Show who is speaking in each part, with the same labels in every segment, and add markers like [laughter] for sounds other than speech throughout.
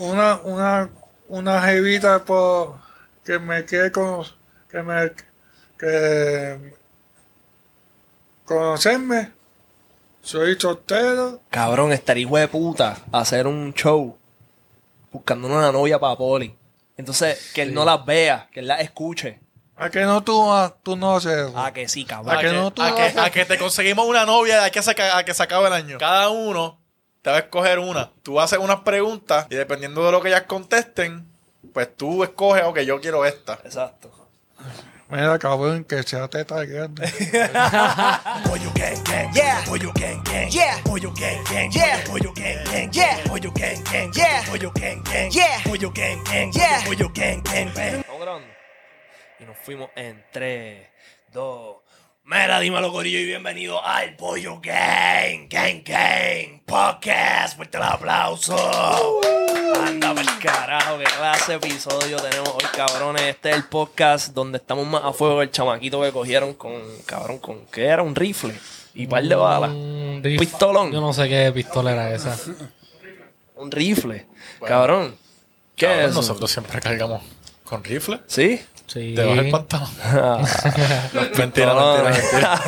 Speaker 1: una, una, una jevita por, que me quede con, que me, que conocerme. Soy soltero.
Speaker 2: Cabrón, estaría hijo de puta a hacer un show buscando una novia para Poli. Entonces, que él no las vea, que él las escuche.
Speaker 1: ¿A que no tú, a- tú no haces?
Speaker 2: Ah, que sí, cabrón.
Speaker 1: ¿A que no tú
Speaker 3: a, que,
Speaker 1: haces?
Speaker 3: a que te conseguimos una novia de aquí a, saca- a que se acabe el año. Cada uno te va a escoger una. Tú haces unas preguntas y dependiendo de lo que ellas contesten, pues tú escoges, ok, yo quiero esta.
Speaker 2: Exacto.
Speaker 1: Mira, cabrón, que sea teta grande.
Speaker 4: Pollo gang gang, yeah. Pollo gang gang, yeah. Pollo gang gang, yeah. Pollo gang gang, yeah. Pollo gang gang, yeah. Pollo gang gang, yeah. Pollo gang gang, yeah. Pollo gang gang, bang.
Speaker 2: Estamos grabando. Y nos fuimos en 3, 2. Mira, dímelo, Corillo, y bienvenido al
Speaker 4: Pollo gang gang gang podcast. Fuerte el aplauso.
Speaker 2: Anda pa'l carajo, qué clase de episodio tenemos hoy, cabrones. Este es el podcast donde estamos más a fuego el chamaquito que cogieron con, cabrón, con qué era un rifle y par de balas.
Speaker 5: Un rif-
Speaker 2: Pistolón.
Speaker 5: Yo no sé qué pistola era esa.
Speaker 2: Un rifle, cabrón. ¿Qué es eso?
Speaker 3: Nosotros siempre cargamos con rifle.
Speaker 2: ¿Sí?
Speaker 5: Sí.
Speaker 3: Te vas el
Speaker 5: [laughs]
Speaker 3: pantalón. mentira,
Speaker 2: No, [laughs]
Speaker 3: mentira, mentira.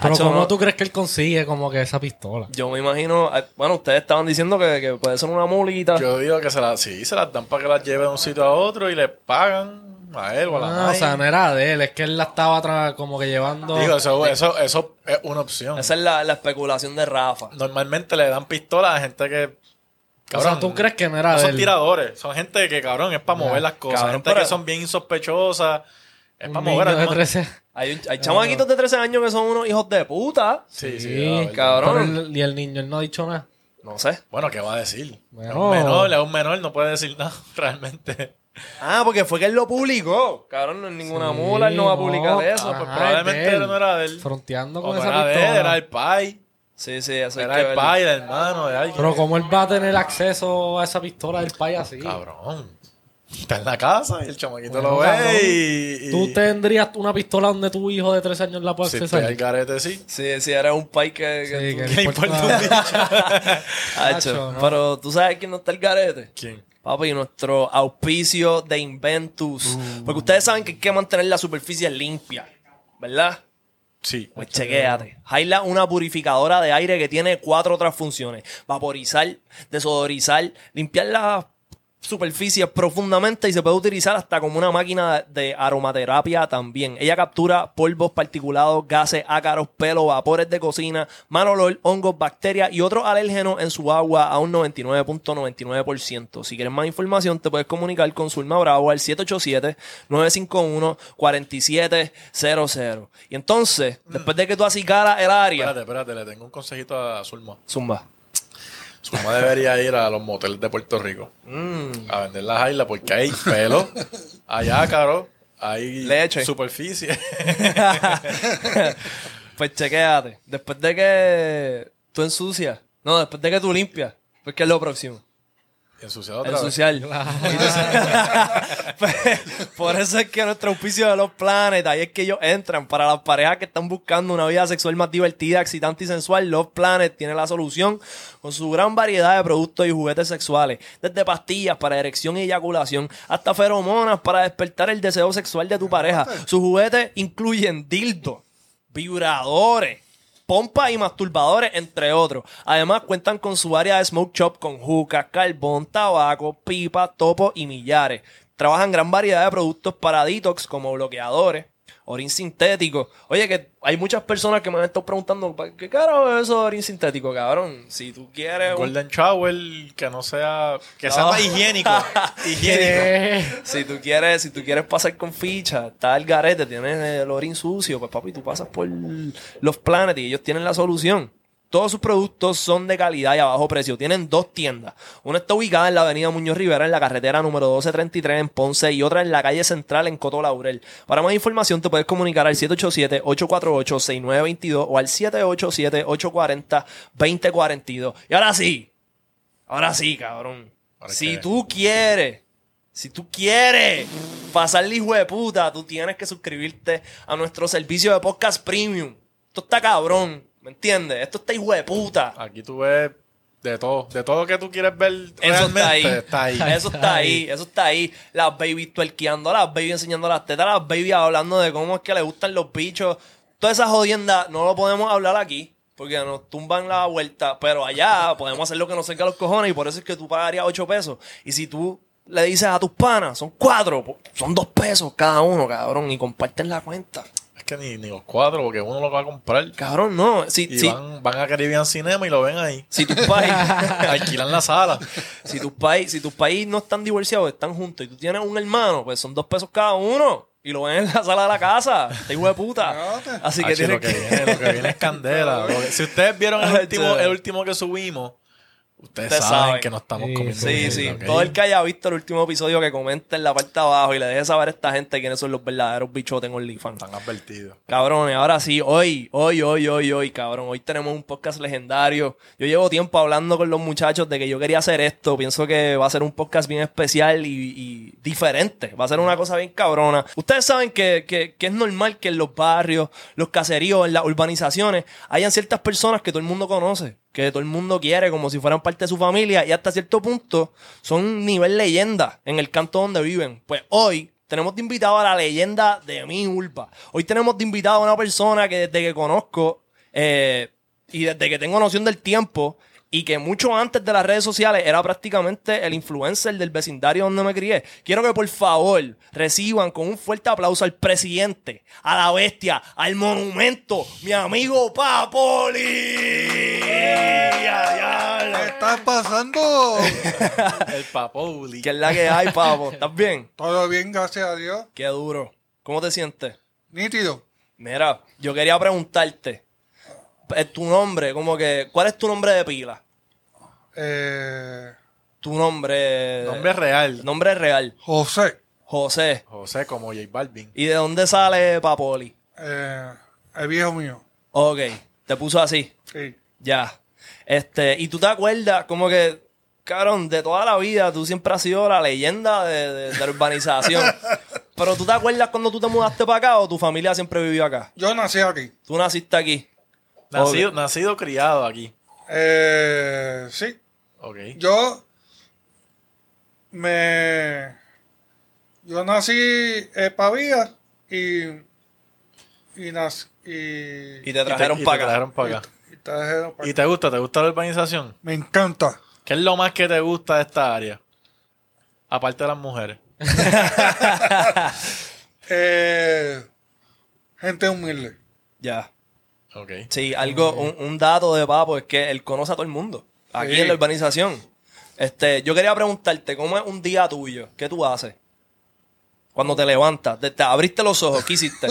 Speaker 5: Pero
Speaker 2: Hacho,
Speaker 5: ¿cómo
Speaker 2: no.
Speaker 5: tú crees que él consigue como que esa pistola?
Speaker 2: Yo me imagino, eh, bueno, ustedes estaban diciendo que, que puede ser una mulita.
Speaker 3: Yo digo que se las, sí, se las dan para que las lleve de un sitio a otro y le pagan a él o a la
Speaker 5: Ah,
Speaker 3: madre.
Speaker 5: o sea, no era de él, es que él la estaba tra- como que llevando.
Speaker 3: Digo, eso, eso, eso es una opción.
Speaker 2: Esa es la, la especulación de Rafa.
Speaker 3: Normalmente le dan pistolas a gente que.
Speaker 5: o sea, ¿tú crees que no era
Speaker 3: no
Speaker 5: de
Speaker 3: son
Speaker 5: él?
Speaker 3: tiradores, son gente que, cabrón, es para mover las cosas.
Speaker 2: Cabrón,
Speaker 3: gente
Speaker 2: pero-
Speaker 3: que son bien insospechosas. Es
Speaker 5: Un
Speaker 3: para mover al
Speaker 5: niño de
Speaker 3: ma-
Speaker 5: 13.
Speaker 2: Hay, un-
Speaker 5: Ah.
Speaker 2: hay chamaquitos de 13 años que son unos hijos de puta.
Speaker 3: Sí, sí,
Speaker 5: Sí,
Speaker 3: la verdad.
Speaker 5: Pero
Speaker 2: Cabrón.
Speaker 5: él- y el niño, él no ha dicho nada.
Speaker 2: No sé.
Speaker 3: Bueno, ¿qué va a decir?
Speaker 5: Bueno.
Speaker 3: Es un menor, es un menor, no puede decir [laughs] nada, realmente.
Speaker 2: Ah, porque fue que él lo publicó. Cabrón, no es ninguna
Speaker 5: Sí,
Speaker 2: mula, él no va a publicar
Speaker 5: no.
Speaker 2: eso.
Speaker 5: Ah.
Speaker 3: Pues
Speaker 2: pues.
Speaker 5: Ajá,
Speaker 3: probablemente
Speaker 5: es de él.
Speaker 3: no era de él.
Speaker 5: Fronteando
Speaker 3: O
Speaker 5: con
Speaker 3: no
Speaker 5: esa
Speaker 3: era de él,
Speaker 5: pistola.
Speaker 3: era el pai.
Speaker 2: Sí, sí, eso hay
Speaker 3: Era
Speaker 2: que
Speaker 3: el
Speaker 2: verlo.
Speaker 3: pai, el hermano de alguien.
Speaker 5: Pero ¿cómo él va a tener acceso a esa pistola del país así?
Speaker 3: Cabrón. Está en la casa y el chamaquito
Speaker 5: Bueno,
Speaker 3: lo ve
Speaker 5: cabrón.
Speaker 3: y, y-
Speaker 5: ¿Tú tendrías una pistola donde tu hijo de 13 años la puede
Speaker 3: Si
Speaker 5: accesar?
Speaker 3: está el garete, sí.
Speaker 2: Sí, sí, era un pai que...
Speaker 5: Sí,
Speaker 2: que tú-
Speaker 5: que
Speaker 3: ¿Qué
Speaker 5: [laughs] le
Speaker 3: importa
Speaker 5: nada.
Speaker 3: un bicho?
Speaker 2: Hacho,
Speaker 5: Hacho, ¿no?
Speaker 2: Pero tú sabes quién no está el garete.
Speaker 3: ¿Quién?
Speaker 2: Papi, nuestro auspicio de Inventus. Porque ustedes saben que hay que mantener la superficie limpia, ¿verdad?
Speaker 3: Sí.
Speaker 2: Pues chequéate. Jaila una purificadora de aire que tiene cuatro otras funciones. Vaporizar, desodorizar, limpiar las superficies profundamente y se puede utilizar hasta como una máquina de aromaterapia también. Ella captura polvos particulados, gases, ácaros, pelo, vapores de cocina, mal olor, hongos, bacterias y otros alérgenos en su agua a un 99.99%. Si quieres más información te puedes comunicar con Zulma Bravo al 787-951-4700. Y entonces, después de que tú acicaras el área...
Speaker 3: Espérate, espérate, le tengo un consejito a Zulma.
Speaker 2: Zumba.
Speaker 3: Zulma debería ir a los moteles de Puerto Rico
Speaker 2: Mm.
Speaker 3: a vender las jailas porque hay pelo, hay ácaro, hay
Speaker 2: Leche.
Speaker 3: superficie. [laughs]
Speaker 2: [laughs] pues chequéate. Después de que tú ensucias. No, después de que tú limpias. Pues ¿qué es lo próximo.
Speaker 3: Ensuciado otra
Speaker 2: El
Speaker 3: vez.
Speaker 2: social. [laughs] Pues, por eso es que nuestro auspicio de los planetas, ahí es que ellos entran. Para las parejas que están buscando una vida sexual más divertida, excitante y sensual, Love Planet tiene la solución con su gran variedad de productos y juguetes sexuales. Desde pastillas para erección y eyaculación hasta feromonas para despertar el deseo sexual de tu pareja. Sus juguetes incluyen dildo, vibradores pompas y masturbadores, entre otros. Además, cuentan con su área de smoke shop con jucas, carbón, tabaco, pipa, topo y millares. Trabajan gran variedad de productos para detox como bloqueadores, orín sintético. Oye, que hay muchas personas que me han estado preguntando, "¿Pa- ¿qué caro es eso de orín sintético, cabrón? Si tú quieres... un-
Speaker 3: Golden Shower que no sea. Que sea
Speaker 2: No.
Speaker 3: más
Speaker 2: [laughs]
Speaker 3: higiénico. higiénico.
Speaker 5: ¿Qué?
Speaker 2: Si tú quieres, si tú quieres pasar con ficha, está el garete, tienes el orín sucio, pues papi, tú pasas por los Planet y ellos tienen la solución. Todos sus productos son de calidad y a bajo precio. Tienen dos tiendas. Una está ubicada en la avenida Muñoz Rivera, en la carretera número 1233 en Ponce, y otra en la calle central en Coto Laurel. Para más información te puedes comunicar al 787-848-6922 o al 787-840-2042. Y ahora sí, ahora sí, cabrón.
Speaker 3: Ahora
Speaker 2: si
Speaker 3: que-
Speaker 2: tú quieres si tú quieres pasarle hijo de puta, tú tienes que suscribirte a nuestro servicio de podcast premium. Esto está cabrón, ¿me entiendes? Esto está hijo de puta.
Speaker 3: Aquí tú ves De todo. De todo lo que tú quieres ver
Speaker 2: Eso
Speaker 3: realmente
Speaker 2: está ahí.
Speaker 3: está ahí.
Speaker 2: Eso está ahí. Eso está ahí. Las baby tuerqueando, las baby enseñando las tetas, las baby hablando de cómo es que le gustan los bichos. Toda esa jodienda no lo podemos hablar aquí porque nos tumban la vuelta, pero allá podemos hacer lo que nos cerca los cojones y por eso es que tú pagarías 8 pesos. Y si tú le dices a tus panas, son cuatro, po- son dos pesos cada uno, cabrón, y comparten la cuenta.
Speaker 3: Es que ni, ni los cuadros, porque uno lo va a comprar.
Speaker 2: Cabrón, no. Si,
Speaker 3: Y
Speaker 2: si,
Speaker 3: van, van a Caribbean Cinema y lo
Speaker 2: [laughs]
Speaker 3: ven ahí.
Speaker 2: si tus pais- [laughs]
Speaker 3: Alquilan la sala.
Speaker 2: Si tus países si tus país no están divorciados, están juntos y tú tienes un hermano, pues son dos pesos cada uno. Y lo ven en la sala de la casa. Este hijo de puta. Así que
Speaker 3: Hacho,
Speaker 2: tienes
Speaker 3: lo que,
Speaker 2: que.
Speaker 3: viene, lo que viene
Speaker 2: [laughs]
Speaker 3: es candela. Lo que- si ustedes vieron el
Speaker 2: Hacho.
Speaker 3: último, el último que subimos, ustedes
Speaker 2: Ustedes
Speaker 3: saben,
Speaker 2: saben.
Speaker 3: que no estamos
Speaker 5: Sí,
Speaker 3: comiendo.
Speaker 2: Sí,
Speaker 3: mierda,
Speaker 2: sí.
Speaker 3: ¿ok?
Speaker 2: Todo el que haya visto el último episodio que comenta en la parte de abajo y le deje saber a esta gente quiénes son los verdaderos bichotes en OnlyFans.
Speaker 3: [laughs] Están advertidos.
Speaker 2: Cabrones, ahora sí, hoy, hoy, hoy, hoy, hoy, cabrón. Hoy tenemos un podcast legendario. Yo llevo tiempo hablando con los muchachos de que yo quería hacer esto. Pienso que va a ser un podcast bien especial y, y diferente. Va a ser una cosa bien cabrona. Ustedes saben que, que- que es normal que en los barrios, los caseríos, en las urbanizaciones, hayan ciertas personas que todo el mundo conoce, que todo el mundo quiere, como si fueran parte de su familia, y hasta cierto punto son nivel leyenda en el canto donde viven. Pues hoy tenemos de invitado a la leyenda de mi urba. Hoy tenemos de invitado a una persona que desde que conozco eh, y desde que tengo noción del tiempo y que mucho antes de las redes sociales era prácticamente el influencer del vecindario donde me crié. Quiero que por favor reciban con un fuerte aplauso al presidente, a la bestia, al monumento, mi amigo Papoli. ¡Ya,
Speaker 1: ¿Qué
Speaker 2: diablo!
Speaker 1: está pasando?
Speaker 3: El papoli.
Speaker 2: ¿Qué es la que hay, papo? ¿Estás bien?
Speaker 1: Todo bien, gracias a Dios.
Speaker 2: Qué duro. ¿Cómo te sientes?
Speaker 1: Nítido.
Speaker 2: Mira, yo quería preguntarte eh, tu nombre, como que, ¿cuál es tu nombre de pila?
Speaker 1: Eh,
Speaker 2: Tu nombre.
Speaker 3: Nombre real.
Speaker 2: nombre real,
Speaker 1: José,
Speaker 2: José.
Speaker 3: José, como J Balvin.
Speaker 2: ¿Y de dónde sale Papoli?
Speaker 1: eh, el viejo mío.
Speaker 2: Ok, te puso así,
Speaker 1: Sí.
Speaker 2: ya. Este, y tú te acuerdas, como que, cabrón, de toda la vida tú siempre has sido la leyenda de, de- de la urbanización. Pero tú te acuerdas cuando tú te mudaste para acá o tu familia siempre vivió acá.
Speaker 1: Yo nací aquí.
Speaker 2: Tú naciste aquí.
Speaker 3: Nacido, nacido criado aquí.
Speaker 1: Eh, sí,
Speaker 3: Ok.
Speaker 1: yo me. Yo nací en Pavía y. Y, nac- y,
Speaker 2: Y
Speaker 1: y
Speaker 2: te trajeron
Speaker 3: y te,
Speaker 2: para acá.
Speaker 3: trajeron para acá.
Speaker 1: trajeron pa'
Speaker 3: ¿Y
Speaker 1: acá.
Speaker 3: te gusta? ¿Te gusta la urbanización?
Speaker 1: Me encanta.
Speaker 3: ¿Qué es lo más que te gusta de esta área? Aparte de las mujeres.
Speaker 1: Eh, gente humilde.
Speaker 2: Ya.
Speaker 3: Ok.
Speaker 2: Sí, algo, un, un dato de papo es que él conoce a todo el mundo. Aquí
Speaker 1: Sí.
Speaker 2: en la urbanización. Este, yo quería preguntarte, ¿cómo es un día tuyo? ¿Qué tú haces? Cuando te levantas, te, te abriste los ojos, ¿qué hiciste?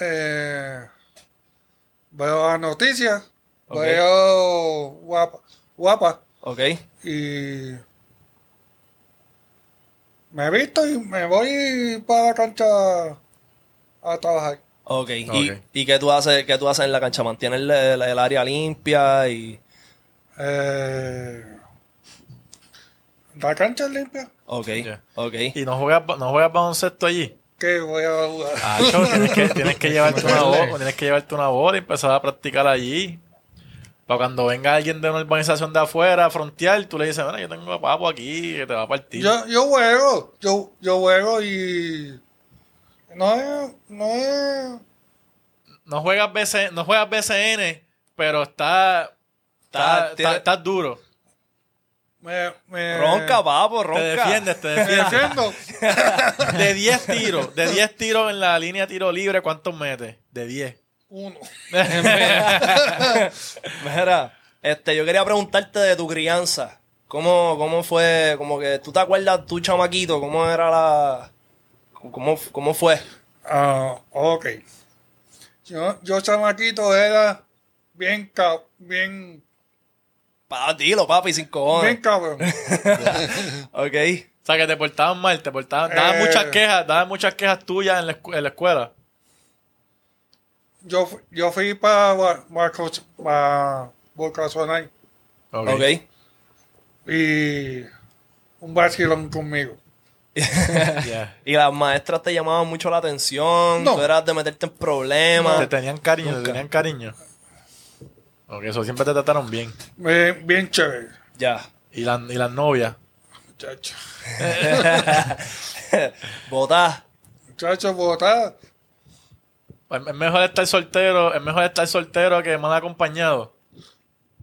Speaker 1: Eh, veo las noticias.
Speaker 2: Ok.
Speaker 1: Veo guapa. Guapa.
Speaker 2: ¿Ok?
Speaker 1: Y. Me visto y me voy para la cancha a trabajar.
Speaker 2: Ok. ¿Y,
Speaker 3: Ok.
Speaker 2: y qué tú haces, qué tú haces en la cancha? ¿Mantienes el, el- el área limpia y...?
Speaker 1: Eh, la cancha es limpia.
Speaker 2: Ok,
Speaker 3: Ya.
Speaker 2: ok.
Speaker 3: ¿Y no juegas, ba- no juegas baloncesto allí?
Speaker 1: Que voy a jugar.
Speaker 2: [laughs]
Speaker 3: Acho, Ah, tienes que, tienes que llevarte una bola, tienes que llevarte una bola y empezar a practicar allí. Para cuando venga alguien de una urbanización de afuera a frontear, tú le dices, mira, yo tengo a papo aquí que te va a partir.
Speaker 1: Yo, yo juego. Yo, yo juego y. No es. No es.
Speaker 3: No juegas BC no juegas BCN, pero está,
Speaker 2: Está-
Speaker 3: está,
Speaker 2: tiene-
Speaker 3: está- estás duro.
Speaker 1: Me, me,
Speaker 2: Ronca, papo,
Speaker 3: eh, Te
Speaker 2: ronca.
Speaker 3: defiendes, te
Speaker 1: me
Speaker 3: defiendes.
Speaker 1: defiendo.
Speaker 3: De 10 tiros, de 10 tiros en la línea de tiro libre, ¿cuántos metes? De 10.
Speaker 1: Uno.
Speaker 2: [laughs]
Speaker 1: Em,
Speaker 2: Mira, este, yo quería preguntarte de tu crianza. ¿Cómo, cómo fue? Como que tú te acuerdas tu chamaquito, cómo era la. ¿Cómo, cómo fue?
Speaker 1: Ah, ok. Yo, yo chamaquito era bien ca- bien,
Speaker 2: Pa, dilo, papi, sin
Speaker 1: bien
Speaker 2: cojones.
Speaker 1: cabrón.
Speaker 2: Ok.
Speaker 3: [laughs] O sea, que te portaban mal, te portaban. Daban
Speaker 1: Eh.
Speaker 3: muchas quejas, daban muchas quejas tuyas en la, escu- en la escuela.
Speaker 1: Yo, fu- yo fui para Vocacional
Speaker 2: Ok.
Speaker 1: y un vacilón conmigo.
Speaker 3: Yeah.
Speaker 2: ¿Y las maestras te llamaban mucho la atención?
Speaker 1: No.
Speaker 2: ¿Tú eras de meterte en problemas?
Speaker 3: Te tenían cariño, te tenían cariño. Ok, eso siempre te trataron bien.
Speaker 1: Bien, Eh, bien chévere,
Speaker 2: Ya.
Speaker 3: Y, la- y las novias.
Speaker 1: muchacho.
Speaker 2: Botá.
Speaker 1: Muchacho, botada.
Speaker 3: Es es mejor estar soltero, es mejor estar soltero que mal acompañado.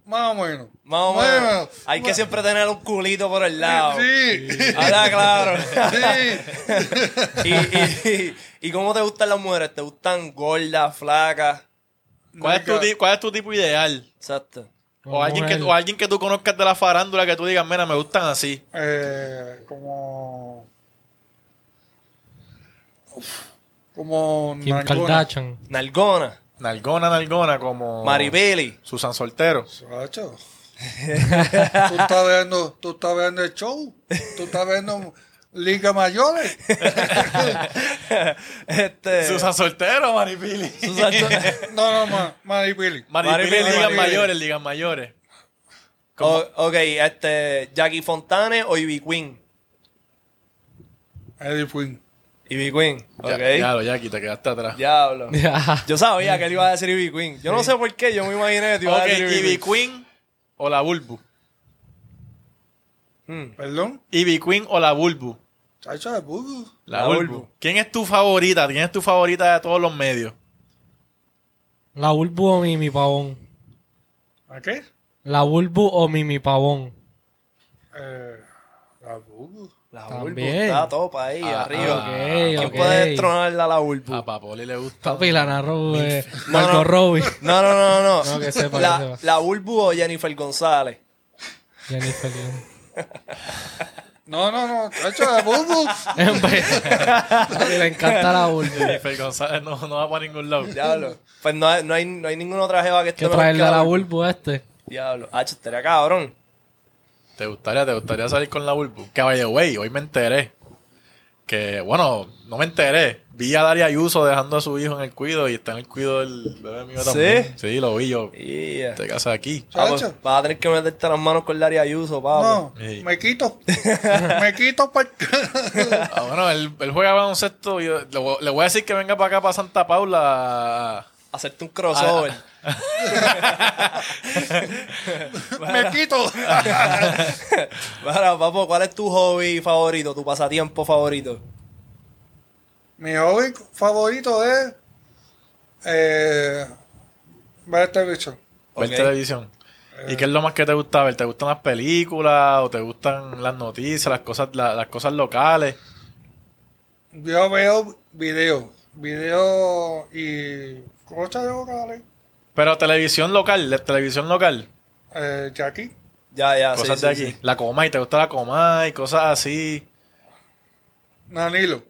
Speaker 1: Más o menos.
Speaker 2: Más o
Speaker 1: Más o
Speaker 2: menos. Hay que
Speaker 1: Más-
Speaker 2: siempre tener un culito por el lado.
Speaker 1: Sí.
Speaker 2: Habla claro.
Speaker 1: [laughs] Sí.
Speaker 2: [laughs] y, y, y cómo te gustan las mujeres? ¿Te gustan gordas, flacas?
Speaker 3: ¿Cuál es, tu,
Speaker 1: Nunca.
Speaker 3: ti- ¿Cuál es tu tipo ideal?
Speaker 2: Exacto.
Speaker 3: O alguien, que,
Speaker 5: mujer.
Speaker 3: o alguien que tú conozcas de la farándula que tú digas, mira, me gustan así.
Speaker 1: Eh, como. Uf, como.
Speaker 5: Kim
Speaker 1: nalgona.
Speaker 3: [laughs]
Speaker 5: Kardashian.
Speaker 2: Nalgona,
Speaker 3: Nalgona, nalgona, como
Speaker 2: Maribeli.
Speaker 3: Susan Soltero.
Speaker 1: Muchacho. tú estás viendo, tú estás viendo el show. Tú estás viendo Liga Mayores.
Speaker 2: este.
Speaker 3: Susan Soltero, Maripili.
Speaker 2: Susan-
Speaker 1: No, no, ma, Maripili.
Speaker 3: [laughs] Maripili,
Speaker 2: Maripili,
Speaker 3: ligas
Speaker 2: Maripili.
Speaker 3: mayores, ligas mayores.
Speaker 2: O- ok, este. Jackie Fontane o Ivy Queen.
Speaker 1: Eddie Queen.
Speaker 2: Ivy Queen,
Speaker 3: Ya-
Speaker 2: ok.
Speaker 3: Ya, lo, Jackie, te quedaste atrás.
Speaker 2: Diablo.
Speaker 5: Ya.
Speaker 2: Yo sabía que él iba a decir Ivy Queen. Yo no sé por qué, yo me imaginé que te iba
Speaker 3: Ok,
Speaker 2: a decir Ivy
Speaker 3: Ivy
Speaker 2: Queen.
Speaker 3: Queen o la Bulbu.
Speaker 2: Hmm.
Speaker 1: Perdón.
Speaker 3: Ivy Queen o la Bulbu.
Speaker 1: Chacho de burro.
Speaker 3: La,
Speaker 2: La
Speaker 3: Bulbu.
Speaker 2: Bulbu.
Speaker 3: ¿Quién es tu favorita? ¿Quién es tu favorita de todos los medios?
Speaker 5: La Bulbu o Mimi Pavón.
Speaker 1: ¿A qué?
Speaker 5: La Bulbu o Mimi Pavón.
Speaker 1: Eh, la burro.
Speaker 2: La
Speaker 5: También.
Speaker 2: Bulbu está topa ahí,
Speaker 3: Ah,
Speaker 2: arriba.
Speaker 3: ah,
Speaker 2: ¿Quién
Speaker 5: ok, ok.
Speaker 2: puede destronarla a la Bulbu?
Speaker 3: A Papoli le gusta.
Speaker 5: Papi, Lana Rube.
Speaker 2: No,
Speaker 5: Marco
Speaker 2: no.
Speaker 3: [laughs]
Speaker 5: Robbie.
Speaker 2: No, no, no, no.
Speaker 5: No, que sepa, que
Speaker 2: la,
Speaker 5: sepa.
Speaker 2: la Bulbu o Jennifer González.
Speaker 5: Jennifer León.
Speaker 1: No, no, no, chacho de burro.
Speaker 5: En vez- Papi, le encanta la Bulbu.
Speaker 3: Jennifer González no, no va para ningún lado.
Speaker 2: Diablo. Pues no hay, no hay, no hay ninguna otra jeva que esté
Speaker 5: Que
Speaker 2: mejor
Speaker 5: traerle a
Speaker 2: que
Speaker 5: la
Speaker 2: Bulbu.
Speaker 5: Bulbu a este.
Speaker 2: Diablo. Ah, estaría cabrón.
Speaker 3: [laughs] ¿Te gustaría, te gustaría salir con la Bulbu? Caballo, güey, hoy me enteré. Que, bueno, no me enteré. Vi a Daria Ayuso dejando a su hijo en el cuido y está en el cuido del bebé mío
Speaker 2: ¿Sí?
Speaker 3: también. Sí, lo vi yo.
Speaker 2: Yeah.
Speaker 3: Te casas aquí.
Speaker 2: Ah, pues,
Speaker 1: Chacho.
Speaker 2: vas a tener que meterte las manos con Larry Ayuso,
Speaker 1: No,
Speaker 2: pablo.
Speaker 3: Sí.
Speaker 1: me quito. Me quito para.
Speaker 3: Ah, bueno, él, él juega baloncesto. y yo- le, voy- le voy a decir que venga para acá, para Santa Paula.
Speaker 2: Hacerte un crossover.
Speaker 1: [laughs]
Speaker 5: Ah.
Speaker 1: Me quito.
Speaker 2: Para, papo, ¿cuál es tu hobby favorito, tu pasatiempo favorito?
Speaker 1: Mi hobby favorito es. Eh, ver televisión.
Speaker 3: Ver
Speaker 2: Ok.
Speaker 3: televisión. ¿Y qué es lo más que te gusta ver? ¿Te gustan las películas o te gustan las noticias, las cosas, la- las cosas locales?
Speaker 1: Yo veo video. Video y cosas locales.
Speaker 3: Pero televisión local, de televisión local,
Speaker 1: Eh, Jackie.
Speaker 2: Ya, ya, Ah, sí,
Speaker 3: cosas
Speaker 2: sí,
Speaker 3: de aquí.
Speaker 2: sí.
Speaker 3: La coma y te gusta la coma y cosas así.
Speaker 1: Danilo.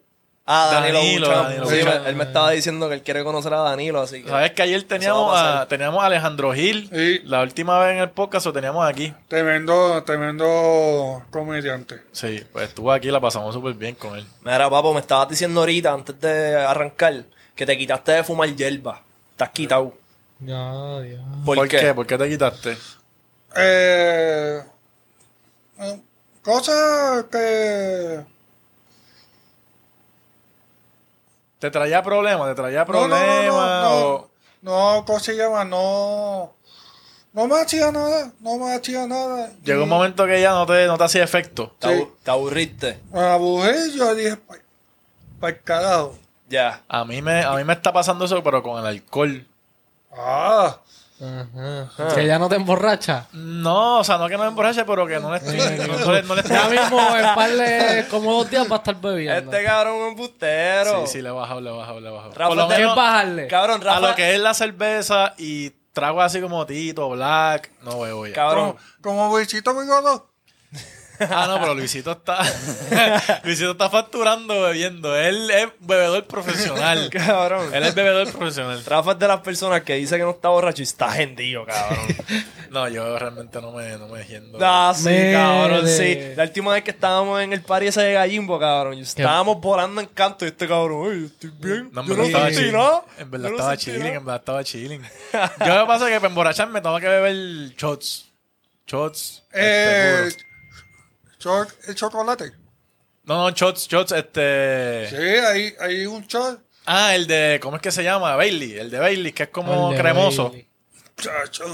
Speaker 2: Ah, Danilo,
Speaker 3: Danilo,
Speaker 2: Buchan.
Speaker 3: Danilo
Speaker 2: Sí,
Speaker 3: Buchan.
Speaker 2: me- él me estaba diciendo que él quiere conocer a Danilo, así que...
Speaker 3: Sabes que ayer teníamos
Speaker 2: va a pasar.
Speaker 3: a, teníamos a Alejandro Gil,
Speaker 1: Sí.
Speaker 3: la última vez en el podcast lo teníamos aquí.
Speaker 1: Tremendo, tremendo comediante.
Speaker 3: Sí, pues estuvo aquí, la pasamos súper bien con él.
Speaker 2: Mira, papo, me estabas diciendo ahorita, antes de arrancar, que te quitaste de fumar hierba. Te has quitado.
Speaker 5: Ya, ya.
Speaker 2: ¿Por, qué?
Speaker 3: ¿Por qué te quitaste?
Speaker 1: Eh, eh, cosas que.
Speaker 3: ¿Te traía problemas? ¿Te
Speaker 1: No,
Speaker 3: traía
Speaker 1: no,
Speaker 3: problemas?
Speaker 1: no,
Speaker 3: o-
Speaker 1: no, no, ¿cómo se llama? No. No me hacía nada, no me hacía nada.
Speaker 3: Llegó un
Speaker 1: Y
Speaker 3: momento que ya no te, no te hacía efecto.
Speaker 2: Te, abu-
Speaker 1: Sí.
Speaker 2: te aburriste.
Speaker 1: Me aburrí, yo dije, para el carajo.
Speaker 2: Ya.
Speaker 3: A mí, me, a mí me está pasando eso, pero con el alcohol.
Speaker 1: Ah,
Speaker 3: Ah.
Speaker 5: Ajá. Que ya no te emborracha.
Speaker 3: No, o sea, no que no me emborrache, pero que no le estoy. no, no le, no le estoy-
Speaker 5: Ya mismo, en par de como dos días va a estar bebiendo.
Speaker 2: Este cabrón es un bustero.
Speaker 3: Sí, sí, le he bajado, le he bajado, le he bajado.
Speaker 2: Rafa,
Speaker 3: Por lo
Speaker 2: te-
Speaker 5: ¿Qué es
Speaker 3: menos
Speaker 5: bajarle?
Speaker 2: Cabrón, Rafa.
Speaker 3: a lo que es la cerveza y trago así como Tito, Black, no veo ya.
Speaker 2: Cabrón.
Speaker 3: [laughs]
Speaker 1: como, como bichito bigodo.
Speaker 3: Ah, no, pero Luisito está. [laughs] Luisito está facturando bebiendo. Él es bebedor profesional.
Speaker 2: Cabrón.
Speaker 3: Él es bebedor profesional.
Speaker 2: Rafa es de las personas que dice que no está borracho y está gentío,
Speaker 3: [laughs]
Speaker 2: cabrón.
Speaker 3: No, yo realmente no me, no me yendo.
Speaker 2: ah, sí,
Speaker 5: Merde.
Speaker 2: cabrón, sí. La última vez que estábamos en el party ese de Gallimbo, cabrón, y estábamos volando en canto y este cabrón, "Ey, estoy bien.
Speaker 3: No, en
Speaker 2: yo
Speaker 3: verdad
Speaker 2: no
Speaker 3: estaba
Speaker 2: sentí
Speaker 3: chilling.
Speaker 2: nada.
Speaker 3: En
Speaker 2: Yo
Speaker 3: verdad
Speaker 2: no
Speaker 3: estaba
Speaker 2: sentí
Speaker 3: chilling,
Speaker 2: nada".
Speaker 3: en verdad estaba chilling. Yo lo que pasa es que para emborracharme tengo que beber shots. Shots. este,
Speaker 1: Eh,
Speaker 3: puro.
Speaker 1: cho- el chocolate.
Speaker 3: no, no, shots, shots, este.
Speaker 1: Sí, hay, hay un shot
Speaker 3: Ah, el de, ¿cómo es que se llama? Bailey, el de Bailey, que es como
Speaker 5: Dale,
Speaker 3: cremoso.
Speaker 5: baby.
Speaker 1: chacho,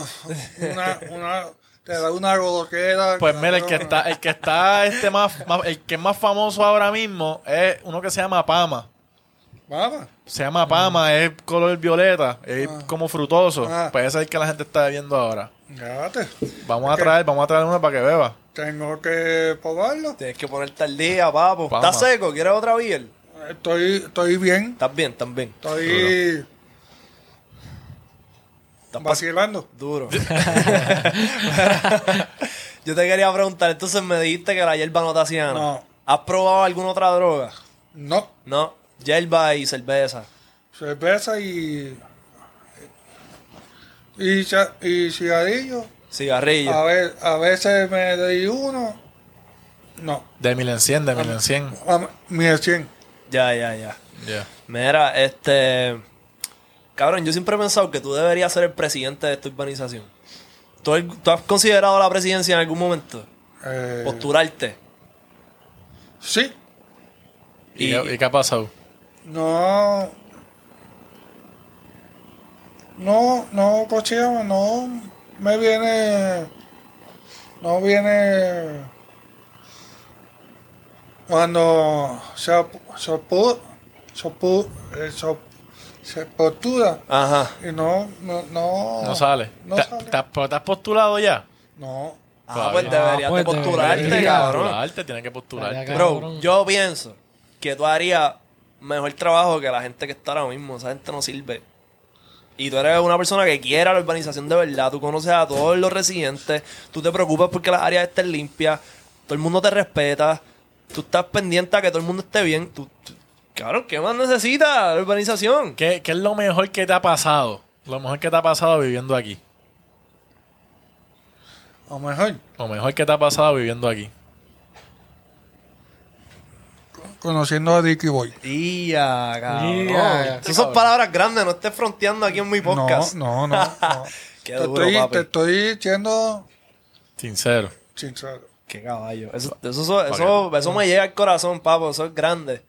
Speaker 1: una, una, te da una goloquera.
Speaker 3: Pues mira, el que
Speaker 1: cabrón.
Speaker 3: está, el que está este más, más- el que es más famoso ahora mismo es uno que se llama Pama.
Speaker 1: Vamos.
Speaker 3: Se llama Pama, es color violeta, es como frutoso.
Speaker 1: Ah.
Speaker 3: Pues ese es el que la gente está viendo ahora.
Speaker 1: Fíjate,
Speaker 3: Vamos a
Speaker 1: Ok.
Speaker 3: traer, vamos a traer uno para que beba.
Speaker 1: tengo que probarlo.
Speaker 2: Tienes que ponerte al día, papo.
Speaker 3: Vamos.
Speaker 2: ¿Estás seco? ¿Quieres otra biel?
Speaker 1: Estoy, estoy bien,
Speaker 2: Estás bien, estás bien.
Speaker 1: estoy
Speaker 2: Estás pas-
Speaker 1: vacilando.
Speaker 2: Duro. [laughs] Yo te quería preguntar, entonces me dijiste que la hierba no te hacía nada.
Speaker 1: No.
Speaker 2: ¿Has probado alguna otra droga?
Speaker 1: No,
Speaker 2: No. Hierba y cerveza.
Speaker 1: cerveza y. Y, cha- y cigarrillo.
Speaker 2: Cigarrillo.
Speaker 1: A, ver, a veces me doy uno. No,
Speaker 3: De mil en cien, de mil en cien.
Speaker 1: a- mi de 100.
Speaker 2: Ya, ya, ya.
Speaker 3: Ya.
Speaker 2: Mira, este. Cabrón, yo siempre he pensado que tú deberías ser el presidente de esta urbanización. ¿Tú, al- tú has considerado la presidencia en algún momento?
Speaker 1: Eh,
Speaker 2: Postularte.
Speaker 1: sí,
Speaker 3: ¿Y,
Speaker 2: Y-
Speaker 3: qué- y qué ha pasado?
Speaker 1: no. No, no, cocheo, no. Me viene. No viene. Cuando se, op- se, opu- se, opu- eh, se, op- se postula
Speaker 2: Ajá.
Speaker 1: y no, no, no,
Speaker 3: No sale.
Speaker 1: No
Speaker 3: ¿Te-
Speaker 1: sale.
Speaker 3: te has- pero te has postulado ya?
Speaker 1: No.
Speaker 2: Ah, pues
Speaker 5: Todavía.
Speaker 2: deberías
Speaker 5: Ah, pues
Speaker 2: de postularte,
Speaker 5: deberías.
Speaker 2: cabrón.
Speaker 3: Postularte, tienes que postularte.
Speaker 5: Estaría
Speaker 2: Bro,
Speaker 5: Cabrón.
Speaker 2: yo pienso que tú harías mejor trabajo que la gente que está ahora mismo. Esa gente no sirve. Y tú eres una persona que quiera la urbanización de verdad. Tú conoces a todos los residentes. Tú te preocupas porque las áreas estén limpias. Todo el mundo te respeta. Tú estás pendiente a que todo el mundo esté bien. Tú, tú- cabrón, ¿qué más necesita la urbanización?
Speaker 3: ¿Qué, qué es lo mejor que te ha pasado? Lo mejor que te ha pasado viviendo aquí.
Speaker 1: A lo mejor
Speaker 3: Lo mejor que te ha pasado viviendo aquí.
Speaker 1: conociendo a Dicky Boy.
Speaker 2: Día, cabrón.
Speaker 5: Ya.
Speaker 2: Esas son palabras grandes. No estés fronteando aquí en mi
Speaker 1: No,
Speaker 2: podcast.
Speaker 1: no, no. no.
Speaker 3: [laughs]
Speaker 2: Qué
Speaker 1: te,
Speaker 2: duro,
Speaker 1: estoy,
Speaker 2: papi.
Speaker 1: te estoy diciendo
Speaker 3: Sincero.
Speaker 1: sincero.
Speaker 2: Qué caballo. Eso, eso, eso, eso- eso me llega al corazón, papo. Eso es grande.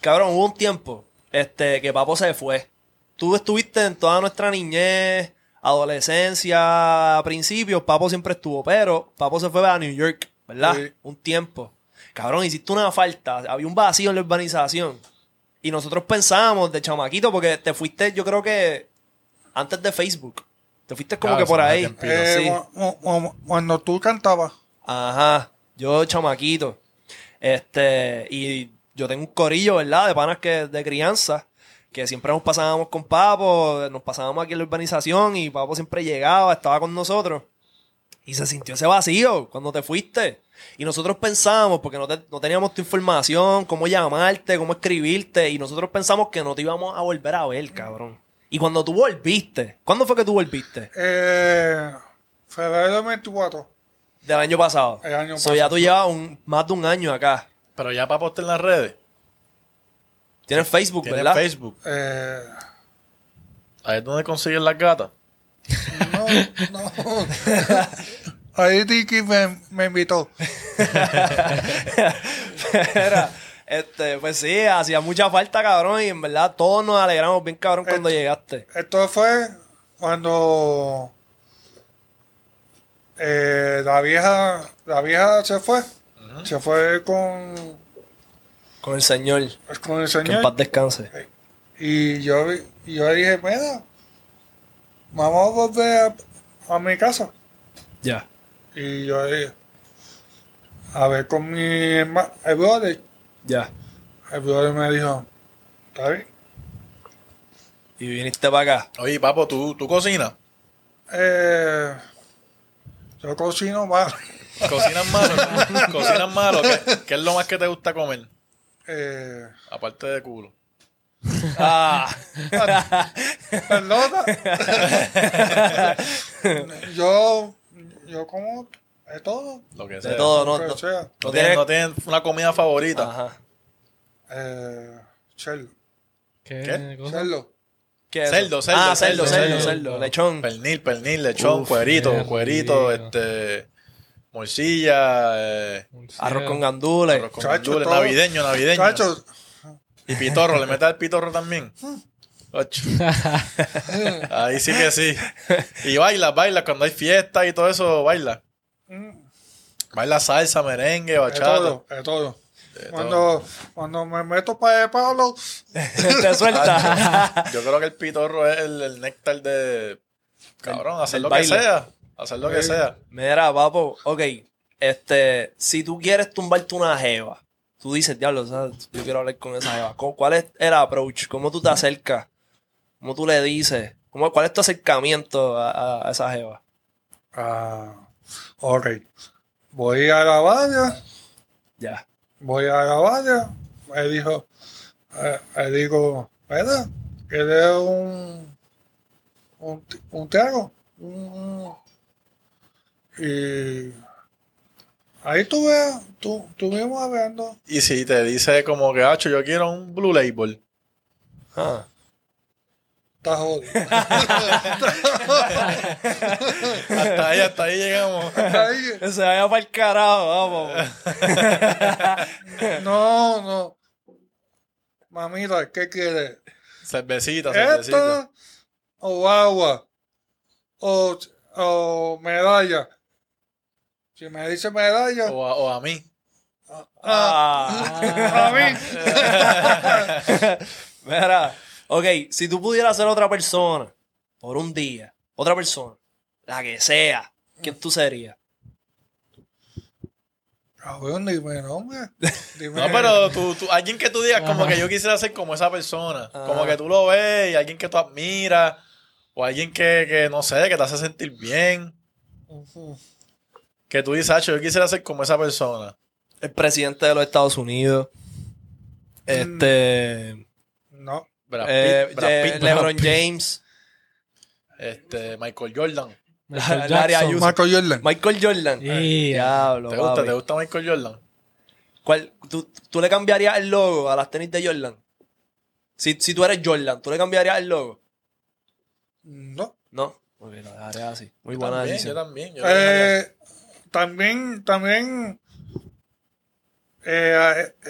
Speaker 2: Cabrón, hubo un tiempo este, que papo se fue. Tú estuviste en toda nuestra niñez, adolescencia, principios. Papo siempre estuvo, pero papo se fue a New York, ¿verdad?
Speaker 1: Sí.
Speaker 2: Un tiempo. Cabrón, hiciste una falta. Había un vacío en la urbanización. Y nosotros pensábamos de chamaquito, porque te fuiste, yo creo que antes de Facebook. Te fuiste como
Speaker 3: Claro,
Speaker 2: que por
Speaker 3: eso me
Speaker 2: ahí.
Speaker 3: templo.
Speaker 1: Eh,
Speaker 2: Sí.
Speaker 1: cu- cu- Cuando tú cantabas,
Speaker 2: Ajá, yo chamaquito. Este, y yo tengo un corillo, ¿verdad? De panas que de crianza, que siempre nos pasábamos con Papo, nos pasábamos aquí en la urbanización y Papo siempre llegaba, estaba con nosotros. Y se sintió ese vacío cuando te fuiste. Y nosotros pensábamos, porque no, te- no teníamos tu información, cómo llamarte, cómo escribirte, y nosotros pensamos que no te íbamos a volver a ver, cabrón. Y cuando tú volviste, ¿cuándo fue que tú volviste?
Speaker 1: eh, febrero de 24,
Speaker 2: Del año pasado.
Speaker 1: El año
Speaker 2: So, ya tú llevas un- más de un año acá.
Speaker 3: Pero ya para postear en las redes.
Speaker 2: Tienes Facebook,
Speaker 3: Tienes
Speaker 2: ¿verdad? [laughs]
Speaker 3: Facebook.
Speaker 1: eh,
Speaker 3: Ahí es donde consigues las gatas.
Speaker 1: no,
Speaker 2: [laughs]
Speaker 1: no. Ahí Dicky me, me invitó.
Speaker 2: Era, este, pues sí, hacía mucha falta, cabrón, y en verdad todos nos alegramos bien, cabrón, cuando llegaste.
Speaker 1: Esto fue cuando eh, la vieja la vieja se fue. Se fue con,
Speaker 2: Con el señor.
Speaker 1: con el
Speaker 2: Que en paz
Speaker 1: señor.
Speaker 2: descanse.
Speaker 1: Y yo, vi- y yo dije, mira, vamos a volver a, a mi casa.
Speaker 2: Ya.
Speaker 1: Y yo dije, a ver con mi hermano, el brother.
Speaker 2: Ya.
Speaker 1: El brother me dijo, ¿está bien?
Speaker 2: Y viniste para acá.
Speaker 3: Oye, papo, ¿tú, tú cocinas?
Speaker 1: Eh, yo cocino más. [laughs]
Speaker 3: ¿Cocinas
Speaker 2: [laughs]
Speaker 3: malo? ¿Cocinas malo? ¿Qué, qué es lo más que te gusta comer?
Speaker 1: Eh,
Speaker 3: Aparte de culo.
Speaker 2: Ah.
Speaker 1: perdona. [laughs] yo, yo como de todo.
Speaker 3: Lo que sea.
Speaker 2: De todo,
Speaker 1: lo
Speaker 2: no,
Speaker 1: que
Speaker 2: no.
Speaker 1: sea.
Speaker 3: No tienes, no tienes una comida favorita.
Speaker 2: Ajá.
Speaker 1: Eh, chelo,
Speaker 5: ¿Qué?
Speaker 3: ¿Qué?
Speaker 5: cosa?
Speaker 1: chelo.
Speaker 2: ¿Qué es
Speaker 3: Cerdo,
Speaker 2: eso?
Speaker 3: cerdo,
Speaker 2: Ah, cerdo,
Speaker 5: cerdo,
Speaker 2: cerdo,
Speaker 5: cerdo.
Speaker 2: cerdo. Lechón.
Speaker 3: Pernil, pernil, lechón,
Speaker 5: Uf,
Speaker 3: cuerito,
Speaker 5: qué
Speaker 3: cuerito,
Speaker 5: rico.
Speaker 3: este... Morcilla, eh,
Speaker 2: Arroz con gandules.
Speaker 3: arroz con
Speaker 1: Chacho,
Speaker 3: gandules,
Speaker 1: todo.
Speaker 3: navideño, navideño.
Speaker 1: Chacho,
Speaker 3: Y pitorro, ¿le metes al pitorro también?
Speaker 1: [laughs]
Speaker 3: Ocho. Ahí sí que sí. Y baila, baila. Cuando hay fiestas y todo eso, baila. Baila salsa, merengue,
Speaker 1: De
Speaker 3: bachata.
Speaker 1: todo, de todo.
Speaker 3: todo.
Speaker 1: Cuando, cuando me meto para de Pablo,
Speaker 2: [laughs] Te suelta.
Speaker 3: Yo creo que el pitorro es el, el néctar de. Cabrón, hacer
Speaker 2: del
Speaker 3: lo
Speaker 2: baile.
Speaker 3: que sea. Hacer lo que sea.
Speaker 2: Mira, papo, ok. Este, si tú quieres tumbarte una jeva, tú dices, diablo, ¿sabes? yo quiero hablar con esa jeva. ¿Cómo- ¿Cuál es el approach? ¿Cómo tú te acercas? ¿Cómo tú le dices? ¿Cómo, ¿Cuál es tu acercamiento a, a- a esa jeva?
Speaker 1: ah, ok. Voy a la valla,
Speaker 2: Ya.
Speaker 1: voy a la valla. Me dijo, eh, le digo, ¿verdad? Que dé un, un, t- un trago. un- y ahí tuve, tu, tuvimos hablando.
Speaker 3: Y si te dice como que, hacho, yo quiero un Blue Label.
Speaker 2: Ah.
Speaker 1: Está jodido.
Speaker 3: Hasta ahí, hasta ahí llegamos.
Speaker 1: Ahí-
Speaker 2: Se vaya para el carajo, [laughs] vamos.
Speaker 1: No, no. Mamita, ¿qué quieres?
Speaker 3: Cervecita, cervecita.
Speaker 1: ¿Esta o agua? O, o medalla. Si me dice medalla,
Speaker 3: O a, o a mí.
Speaker 1: ah, [laughs] a mí.
Speaker 2: Mira, ok, si tú pudieras ser otra persona por un día, otra persona, la que sea, ¿quién tú serías?
Speaker 1: Cabrón, Ah, dime nombre. Dime.
Speaker 3: [laughs] No, pero tú, tú- alguien que tú digas como que yo quisiera ser como esa persona. Como que tú lo ves y alguien que tú admiras. O alguien que, que, no sé, que te hace sentir bien.
Speaker 1: Ujú.
Speaker 3: Que tú dices, hacho, yo quisiera ser como esa persona.
Speaker 2: El presidente de los Estados Unidos. Este.
Speaker 1: No,
Speaker 3: Brad Pitt,
Speaker 2: eh,
Speaker 3: Brad
Speaker 2: eh,
Speaker 3: Pitt,
Speaker 2: LeBron James.
Speaker 3: este, Michael Jordan.
Speaker 5: Michael
Speaker 2: Larry
Speaker 5: Jackson.
Speaker 2: Ayuso.
Speaker 1: Marco Jordan.
Speaker 2: Michael Jordan.
Speaker 5: Sí.
Speaker 2: Diablo,
Speaker 3: ¿Te gusta,
Speaker 2: papi.
Speaker 3: te gusta Michael Jordan?
Speaker 2: ¿Cuál- tú, tú le cambiarías el logo a las tenis de Jordan? Si, si tú eres Jordan, ¿tú le cambiarías el logo?
Speaker 1: No.
Speaker 2: No. Muy bien, lo dejaré así. Muy
Speaker 3: Yo
Speaker 2: buena
Speaker 3: también,
Speaker 2: decisión.
Speaker 3: yo también. yo también.
Speaker 1: Eh, también, también. eh,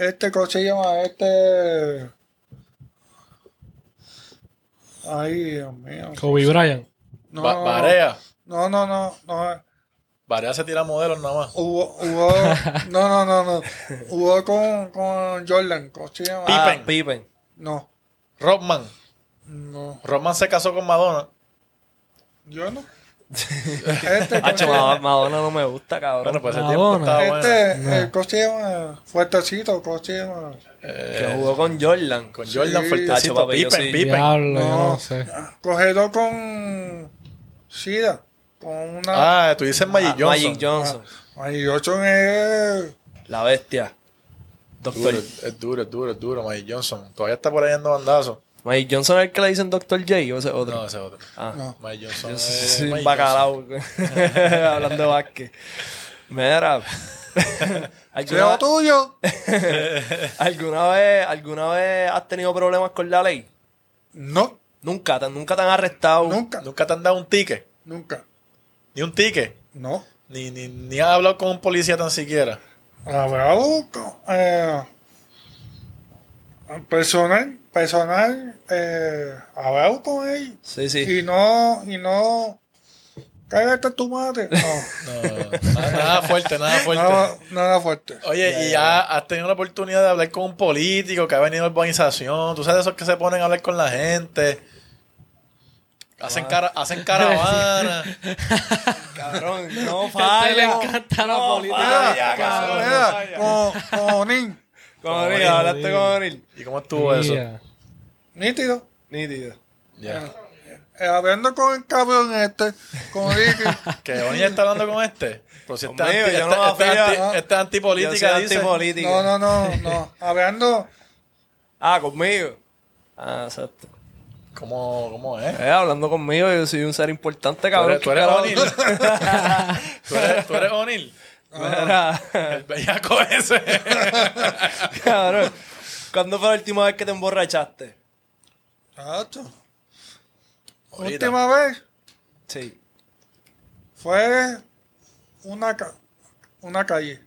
Speaker 1: a- este, ¿cómo se llama? Este. Ay, Dios mío.
Speaker 5: Kobe Bryant.
Speaker 1: No,
Speaker 3: Ba- Barea.
Speaker 1: no, no, no, no.
Speaker 3: Barea se tira modelos nada más.
Speaker 1: Hubo, hubo, no, no, no, no. Hubo con, con Jordan, ¿cómo se llama?
Speaker 2: Ah,
Speaker 3: Pippen. [laughs]
Speaker 2: Pippen.
Speaker 1: No,
Speaker 3: Rodman.
Speaker 1: no,
Speaker 3: Rodman se casó con Madonna.
Speaker 1: yo
Speaker 3: [laughs]
Speaker 1: no. Este,
Speaker 3: Ah,
Speaker 1: ¿cómo
Speaker 2: Hacho,
Speaker 1: se llama?
Speaker 2: Madonna, Madonna no me gusta, cabrón.
Speaker 3: Bueno, pues ese
Speaker 5: Madonna.
Speaker 3: tiempo estaba ah, bueno.
Speaker 1: Este, eh, ¿cómo se llama? Fuertecito, ¿cómo se llama?
Speaker 2: que jugó con Jordan.
Speaker 3: eh, Con Jordan
Speaker 1: Sí.
Speaker 2: Hacho,
Speaker 3: fuertecito.
Speaker 2: papi, yo
Speaker 3: Pippen,
Speaker 2: sí.
Speaker 3: Pippen.
Speaker 5: Diablo, yo
Speaker 1: No.
Speaker 5: no sé.
Speaker 1: Cogedor con Sida, con una...
Speaker 3: Ah, tú dices Magic
Speaker 2: Ah,
Speaker 3: Johnson.
Speaker 2: Magic Johnson.
Speaker 1: Ay, Johnson es...
Speaker 2: La bestia.
Speaker 3: Duro,
Speaker 2: Doctor.
Speaker 3: es duro, es duro, es duro, Magic Johnson. Todavía está por ahí dando bandazo.
Speaker 2: Mike Johnson es el que le dicen Dr. J o ese es otro.
Speaker 3: No, ese es otro.
Speaker 2: ah.
Speaker 1: No.
Speaker 3: Magic Johnson.
Speaker 2: Yo
Speaker 3: es
Speaker 2: soy- soy un
Speaker 3: Magic
Speaker 2: bacalao. [laughs] Hablando de básquet. Mira.
Speaker 1: Creo
Speaker 3: Ah.
Speaker 2: ¿alguna,
Speaker 1: tuyo.
Speaker 2: alguna vez, ¿Alguna vez has tenido problemas con la ley?
Speaker 1: No,
Speaker 2: Nunca, te- nunca te han arrestado.
Speaker 1: nunca,
Speaker 3: Johnson. Nunca te han dado un ticket.
Speaker 1: nunca,
Speaker 3: Ni un ticket.
Speaker 1: no.
Speaker 3: Ni, ni, ni has hablado con un policía tan siquiera.
Speaker 1: Habrá busco. Eh, personal, personal, eh, habrá con él.
Speaker 2: Sí, sí.
Speaker 1: Y no, y no. Cállate tu madre. No,
Speaker 2: [laughs]
Speaker 3: No, nada, nada fuerte, [laughs] nada fuerte.
Speaker 1: nada, nada fuerte.
Speaker 2: Oh,
Speaker 3: Oye, ¿y ya has tenido la oportunidad de hablar con un político que ha venido a urbanización? ¿Tú sabes de esos que se ponen a hablar con la gente? Hacen, cara, hacen [laughs] caravana.
Speaker 2: Cabrón, no
Speaker 5: A
Speaker 2: falla.
Speaker 5: este le encanta la política.
Speaker 2: falla,
Speaker 1: Mira,
Speaker 2: cabrón, no
Speaker 1: mira,
Speaker 2: falla.
Speaker 1: como, como nin,
Speaker 2: Con Oril, hablaste con Oril.
Speaker 3: ¿Y cómo estuvo eso?
Speaker 5: Mira.
Speaker 1: nítido.
Speaker 2: Nítido.
Speaker 3: Ya.
Speaker 1: Eh, hablando con el cabrón este, como
Speaker 2: [laughs]
Speaker 1: dije,
Speaker 3: Que Bonilla está hablando con este. Pero si este
Speaker 2: Conmigo,
Speaker 3: anti-
Speaker 2: yo no
Speaker 3: este- este
Speaker 2: afío,
Speaker 1: ¿no?
Speaker 3: anti- este es
Speaker 2: Yo soy
Speaker 3: antipolítica, dice.
Speaker 2: antipolítica.
Speaker 1: no, no, no, no, hablando,
Speaker 2: Ah, conmigo. Ah, exacto.
Speaker 3: ¿Cómo, ¿Cómo es?
Speaker 2: Eh, hablando conmigo, yo soy un ser importante,
Speaker 3: Tú
Speaker 2: cabrón.
Speaker 3: eres, tú eres
Speaker 2: [laughs] Carajo.
Speaker 3: O'Neill. tú eres, tú eres O'Neill.
Speaker 2: Mira, [laughs]
Speaker 3: El bellaco ese.
Speaker 2: cabrón. ¿Cuándo fue la última vez que te emborrachaste?
Speaker 1: chacho,
Speaker 3: Ahorita.
Speaker 1: última vez,
Speaker 2: Sí.
Speaker 1: fue una, ca- una calle.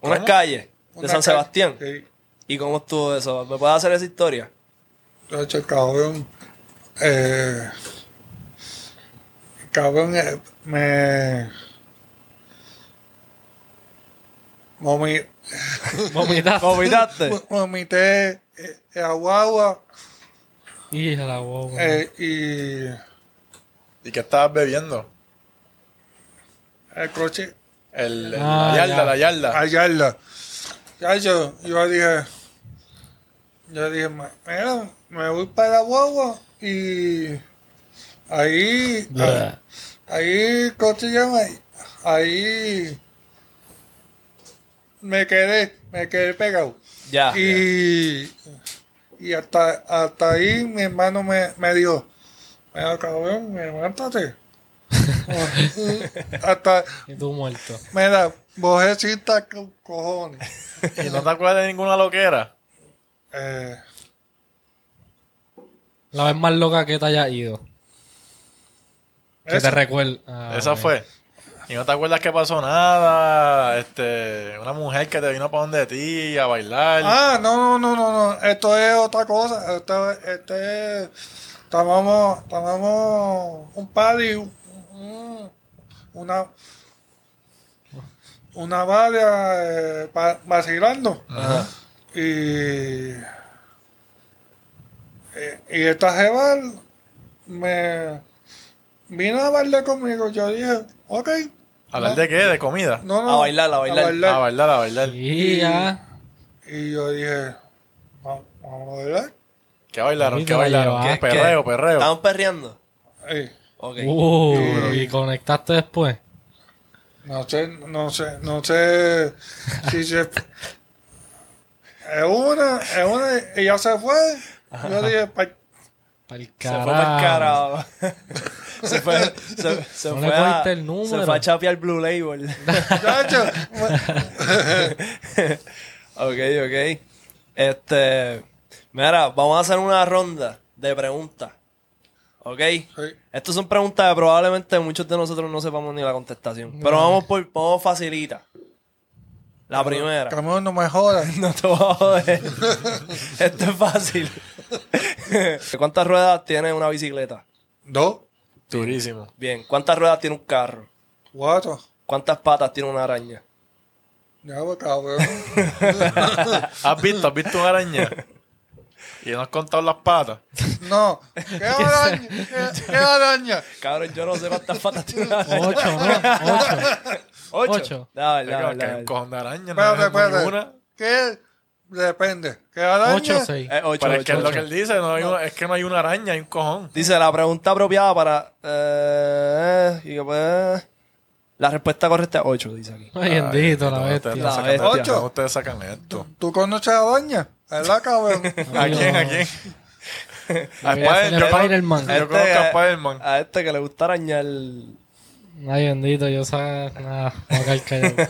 Speaker 2: Unas calles de
Speaker 1: Una
Speaker 2: San
Speaker 1: calle.
Speaker 2: Sebastián.
Speaker 1: Sí.
Speaker 2: [laughs] ¿Y cómo estuvo eso? ¿Me puedes hacer esa historia?
Speaker 1: Chacho, cabrón. eh, cabrón, eh, me. Momi,
Speaker 5: [laughs] Vomitaste.
Speaker 2: ¿Vomitaste?
Speaker 1: vomité eh, aguagua
Speaker 5: Hija la guagua.
Speaker 1: eh, y
Speaker 3: ¿Y qué estabas bebiendo?
Speaker 1: el crochet
Speaker 3: El, el-
Speaker 5: Ah,
Speaker 3: la yarda,
Speaker 5: ya.
Speaker 3: la yarda.
Speaker 1: hallarla. Ya yo, yo dije, yo dije, "Ma- mira, me voy para Guagua y ahí, ahí,
Speaker 5: Blah.
Speaker 1: ahí, ¿cómo se llama? Ahí me quedé, me quedé pegado.
Speaker 5: Ah,
Speaker 2: Ya.
Speaker 1: Y, y hasta, hasta ahí mi hermano me, me dijo, mira cabrón,
Speaker 5: [laughs]
Speaker 1: levántate. hasta,
Speaker 5: Y tú muerto.
Speaker 1: mira, bojecita con cojones.
Speaker 3: ¿Y no te acuerdas de ninguna loquera?
Speaker 1: Eh,
Speaker 5: La vez más loca que te haya ido. Que
Speaker 1: Esa.
Speaker 5: te recuerda. Ah,
Speaker 3: Esa
Speaker 5: ok.
Speaker 3: fue. ¿Y no te acuerdas que pasó nada? Este, una mujer que te vino para donde ti a bailar.
Speaker 1: ah, no, no, no, no, no. Esto es otra cosa. Esto, este, tomamos, tomamos un party, un- un- una, una varia eh, pa- vacilando.
Speaker 3: Ajá.
Speaker 1: Y, eh, y- y esta jeva me vino a bailar conmigo. Yo dije, ok,
Speaker 3: ¿Hablar de qué? ¿De comida?
Speaker 1: no, no.
Speaker 2: A bailar, a bailar.
Speaker 3: A bailar, a bailar.
Speaker 5: Hija.
Speaker 1: Y yo dije, "Va- vamos a bailar.
Speaker 3: ¿Qué bailaron?
Speaker 5: Ahí
Speaker 3: ¿Qué
Speaker 5: te la
Speaker 3: bailaron?
Speaker 5: llevaste.
Speaker 3: Perreo, perreo.
Speaker 2: ¿Estaban perreando?
Speaker 1: Ey,
Speaker 2: Ok.
Speaker 5: Uh,
Speaker 1: Sí.
Speaker 5: y conectaste después.
Speaker 1: no sé, no sé, no sé si se... Es una, es una, y ya se fue. Yo dije, "Pa-
Speaker 5: Para el
Speaker 2: Se fue para el
Speaker 5: carajo.
Speaker 2: [laughs] carajo. se fue, se, se
Speaker 5: No
Speaker 2: fue
Speaker 5: le
Speaker 2: a,
Speaker 5: cogiste el número.
Speaker 2: Se fue a chapear Blue
Speaker 5: [laughs]
Speaker 2: Label.
Speaker 1: chacho,
Speaker 2: ok, ok. Este. Mira, vamos a hacer una ronda de preguntas. Ok.
Speaker 1: Sí.
Speaker 2: Estas son preguntas que probablemente muchos de nosotros no sepamos ni la contestación. Pero vamos por. Vamos facilita. La primera.
Speaker 1: Camón, no me jodas.
Speaker 2: [laughs] No te voy a joder. Esto es fácil. ¿Cuántas ruedas tiene una bicicleta?
Speaker 1: Dos,
Speaker 3: Durísimo.
Speaker 2: Bien. ¿Cuántas ruedas tiene un carro?
Speaker 1: cuatro,
Speaker 2: ¿Cuántas patas tiene una araña?
Speaker 1: ya pues, cabrón.
Speaker 3: ¿Has visto? ¿Has visto una araña? Y no has contado las patas.
Speaker 1: No, qué araña, qué, qué araña.
Speaker 2: Cabrón, yo no sé cuántas patas tiene una
Speaker 3: [laughs]
Speaker 2: araña.
Speaker 5: Ocho, ¿no? Ocho.
Speaker 2: ¿Ocho?
Speaker 5: Ocho.
Speaker 2: Dale,
Speaker 3: Venga,
Speaker 2: dale,
Speaker 3: que hay
Speaker 2: dale.
Speaker 3: un cojón de araña. No
Speaker 1: Espérate,
Speaker 3: hay ninguna.
Speaker 1: espérate. ¿Qué? Depende. ¿Qué araña?
Speaker 5: Ocho o seis.
Speaker 2: Eh, ocho,
Speaker 3: Pero es
Speaker 2: ocho,
Speaker 3: que es lo
Speaker 2: ocho.
Speaker 3: que él dice. No hay una- es que no hay una araña, hay un cojón.
Speaker 2: Dice, la pregunta apropiada para... eh, y que, pues, la respuesta correcta es 8, dice aquí.
Speaker 5: Ay, bendito, la
Speaker 3: Ustedes
Speaker 5: bestia.
Speaker 3: no
Speaker 2: La
Speaker 3: sacan-
Speaker 2: bestia.
Speaker 3: ¿Cómo Ustedes sacan esto.
Speaker 1: ¿Tú conoces a araña? ¿Verdad, cabrón?
Speaker 3: ¿A quién? ¿A quién? A
Speaker 5: voy a hacerle
Speaker 3: Spider-
Speaker 5: Spider-Man.
Speaker 3: Yo conozco a Spider-Man.
Speaker 2: Este, a este que le gusta arañar...
Speaker 5: Ay, bendito, yo sabía. Nada, me voy a caer callado.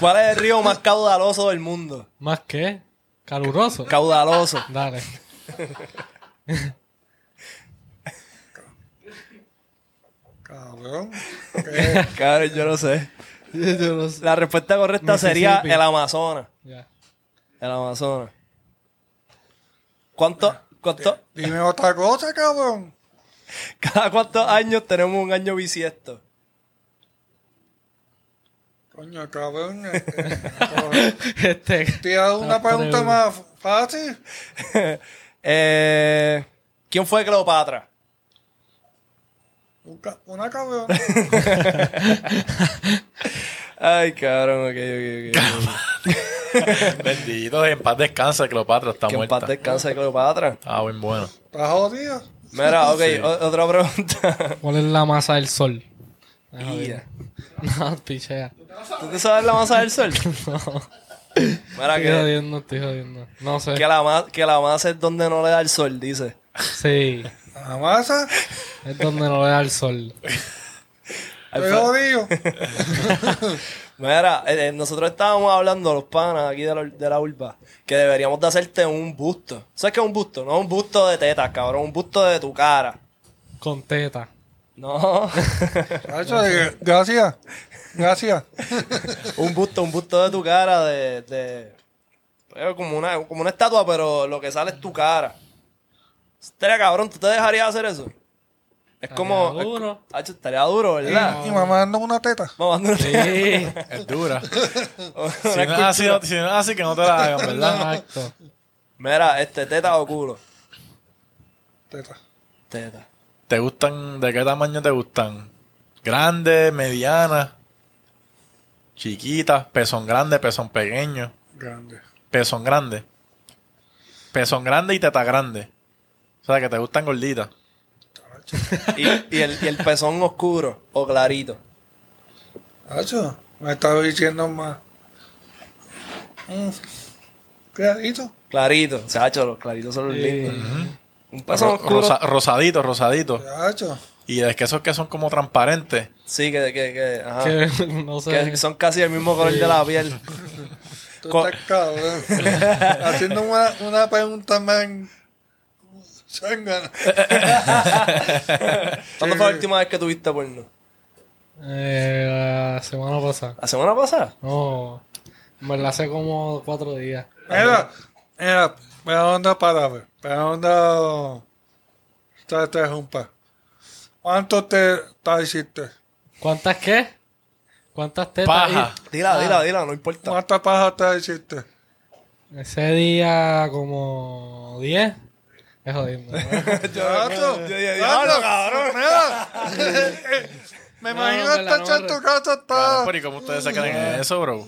Speaker 2: ¿Cuál es el río más caudaloso del mundo?
Speaker 5: ¿Más qué? ¿Caluroso?
Speaker 3: [laughs]
Speaker 2: Caudaloso.
Speaker 5: Dale.
Speaker 1: cabrón. ¿Qué?
Speaker 2: Cabrón, yo no sé.
Speaker 5: Yo no sé.
Speaker 2: La respuesta correcta sería
Speaker 5: Mississippi.
Speaker 2: el Amazonas.
Speaker 5: Ya.
Speaker 2: El Amazonas. ¿Cuánto, cuánto, [laughs]
Speaker 1: Dime otra cosa, cabrón.
Speaker 2: cada cuántos años tenemos un año bisiesto? [laughs]
Speaker 1: Coño, cabrón. eh, eh,
Speaker 5: Este.
Speaker 1: Te hago una pregunta más fácil.
Speaker 2: Eh, ¿Quién fue Cleopatra?
Speaker 1: Un ca- Una cabrón.
Speaker 2: Ay, cabrón, ok,
Speaker 3: [laughs]
Speaker 2: ok, ok.
Speaker 3: Bendito, en paz descansa, Cleopatra está
Speaker 2: que en
Speaker 3: muerta.
Speaker 2: paz descanse Cleopatra.
Speaker 3: Ah, buen bueno.
Speaker 1: ¿Estás jodido?
Speaker 2: Mira,
Speaker 3: [laughs]
Speaker 2: ok, o- otra pregunta.
Speaker 5: ¿Cuál es la masa del sol?
Speaker 2: Ia.
Speaker 5: [laughs] No, pichea.
Speaker 2: ¿Tú te sabes la masa del
Speaker 5: [laughs]
Speaker 2: sol? Mira,
Speaker 5: Estoy
Speaker 2: que,
Speaker 5: jodiendo, estoy jodiendo. No sé.
Speaker 2: que la, ma- que la masa es donde no le da el sol, dice.
Speaker 5: Sí.
Speaker 1: La masa.
Speaker 5: Es donde no le da el sol.
Speaker 2: Ay,
Speaker 1: Estoy
Speaker 2: fa-
Speaker 1: jodido.
Speaker 2: Mira, eh, eh, nosotros estábamos hablando, los panas aquí de la, de la urba, que deberíamos de hacerte un busto. ¿Sabes qué es un busto? No un busto de tetas, cabrón, un busto de tu cara.
Speaker 5: Con teta. [laughs]
Speaker 2: No, [laughs]
Speaker 1: Chacho, eh, Gracias. Gracias.
Speaker 2: un busto, un busto de tu cara, de... eh, de- pues, como, una, como una estatua, pero lo que sale es tu cara. Estaría cabrón, ¿tú te dejarías hacer eso? Es como.
Speaker 5: Estaría duro.
Speaker 2: es co- Hacho, estaría duro, ¿verdad?
Speaker 1: Y, y mamando una teta.
Speaker 2: Vamos dando
Speaker 5: [laughs] Sí.
Speaker 2: [laughs]
Speaker 3: Es dura.
Speaker 2: una
Speaker 3: Si no es así, no- si no es así, que no te la hagan, ¿verdad?
Speaker 5: Exacto.
Speaker 2: [laughs] Mira, este, teta o culo.
Speaker 1: Teta.
Speaker 2: Teta.
Speaker 3: ¿Te gustan? ¿De qué tamaño te gustan? Grande, mediana, chiquita, pezón grande, pezón pequeño,
Speaker 1: Grande.
Speaker 3: pezón grande. Pezón grande y teta grande. O sea, que te gustan gorditas.
Speaker 2: Y, y el, y el pezón oscuro o clarito.
Speaker 1: Hacho, me estaba diciendo más. Mm. Clarito.
Speaker 2: Clarito. O sea, hacho, los claritos son los lindos. Un pezón
Speaker 3: Ro-
Speaker 2: oscuro.
Speaker 3: rosa- rosadito, rosadito.
Speaker 1: Hacho.
Speaker 3: Y es que esos que son como transparentes.
Speaker 2: Sí, que, que, que, ajá.
Speaker 5: Que [laughs] no sé.
Speaker 2: que son casi del mismo color de la piel.
Speaker 1: Tú
Speaker 2: Co-
Speaker 1: estás
Speaker 2: [laughs]
Speaker 1: cabrón. Haciendo una, una pregunta más. Sangana.
Speaker 2: ¿Cuándo
Speaker 1: Sí.
Speaker 2: fue la última vez que tuviste porno?
Speaker 5: Eh, la semana pasada.
Speaker 2: ¿La semana pasada?
Speaker 5: No. Me la hace como cuatro días.
Speaker 1: Mira, mira, mira onda palabra, mira onda trata junta. ¿Cuánto te, te hiciste?
Speaker 5: ¿Cuántas qué? ¿Cuántas tetas?
Speaker 3: Paja.
Speaker 2: Dila,
Speaker 5: Ah.
Speaker 2: dila, dila, no importa.
Speaker 1: ¿Cuánta paja te hiciste?
Speaker 5: Y- Ese día como 10. Es jodiendo. ¿no?
Speaker 1: Gato,
Speaker 2: yo- yo- yo-
Speaker 1: gato,
Speaker 2: no, cabrón.
Speaker 1: mira. Me
Speaker 5: No,
Speaker 1: imagino este
Speaker 5: no,
Speaker 1: estar
Speaker 5: no,
Speaker 1: echando
Speaker 5: no.
Speaker 1: tu casa
Speaker 3: Claro,
Speaker 1: está.
Speaker 3: pero ¿y cómo ustedes se creen en eso, bro?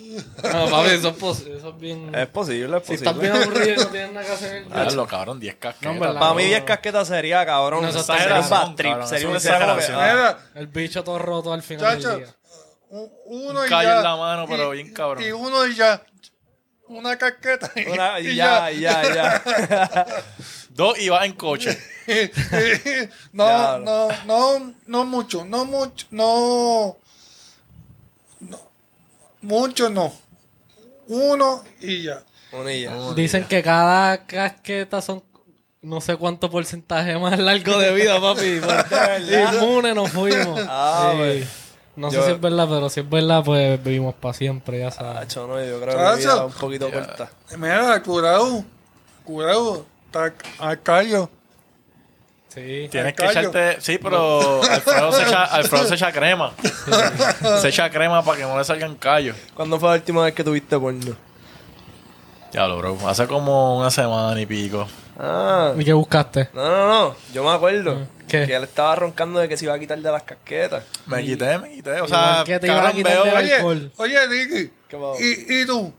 Speaker 5: No, papi, eso es, pos- eso es bien.
Speaker 2: Es posible, es
Speaker 5: si estás bien
Speaker 2: posible.
Speaker 5: aburrido y no tienes nada que hacer en el día.
Speaker 3: Ah, lo cabrón, 10
Speaker 5: No, en
Speaker 3: casquetas.
Speaker 2: [laughs]
Speaker 5: verdad,
Speaker 2: Para mí,
Speaker 5: no.
Speaker 2: 10 casquetas sería, cabrón.
Speaker 5: No, eso está
Speaker 2: sería un
Speaker 5: exagerado,
Speaker 2: bad trip.
Speaker 3: cabrón,
Speaker 2: Sería
Speaker 3: eso
Speaker 2: un
Speaker 3: es una
Speaker 2: exagerado.
Speaker 3: exageración.
Speaker 1: Mira,
Speaker 5: El bicho todo roto al final
Speaker 1: Chacho.
Speaker 5: del día.
Speaker 1: un- uno y
Speaker 3: callo
Speaker 1: ya.
Speaker 3: en la mano, pero
Speaker 1: y-
Speaker 3: bien cabrón.
Speaker 1: Y uno y ya. Una casqueta. y- [laughs]
Speaker 2: Una-
Speaker 1: y
Speaker 2: ya, ya, ya.
Speaker 3: Dos y vas en coche.
Speaker 1: [laughs] no,
Speaker 2: Claro.
Speaker 1: no, no, no mucho, no mucho, no, no, mucho no. Uno y ya.
Speaker 2: Unilla.
Speaker 5: Dicen que cada casqueta son no sé cuánto porcentaje más largo de
Speaker 2: [laughs]
Speaker 5: vida, papi. Pues, Inmune nos fuimos.
Speaker 2: Ah,
Speaker 5: Sí. No
Speaker 2: Yo-
Speaker 5: sé si es verdad, pero si es verdad, pues vivimos para siempre, ya sabes.
Speaker 2: Hacho, Ah, no, yo creo
Speaker 3: Ah,
Speaker 2: que mi vida
Speaker 1: Chacho.
Speaker 2: es un poquito corta.
Speaker 1: Mira, curado, curado, está a callo.
Speaker 5: Sí.
Speaker 3: Tienes que
Speaker 1: callo.
Speaker 3: echarte. Sí, pero Alfredo se echa, Alfredo se echa crema. Se echa crema para que no le salgan callos.
Speaker 2: ¿Cuándo fue la última vez que tuviste porno?
Speaker 3: Ya lo, bro. Hace como una semana y pico.
Speaker 2: Ah.
Speaker 5: ¿Y qué buscaste?
Speaker 2: No, no, no. Yo me acuerdo.
Speaker 3: Mm,
Speaker 5: ¿Qué?
Speaker 2: Que él estaba roncando de que se iba a quitar de las casquetas.
Speaker 3: Me quité, me quité. O sea,
Speaker 5: Igual que te iban a
Speaker 3: cabrón,
Speaker 5: quitar de
Speaker 3: veo-
Speaker 5: la-
Speaker 1: Oye,
Speaker 5: Alcohol.
Speaker 1: oye, Ricky,
Speaker 2: ¿Qué pasó?
Speaker 1: y, y tú,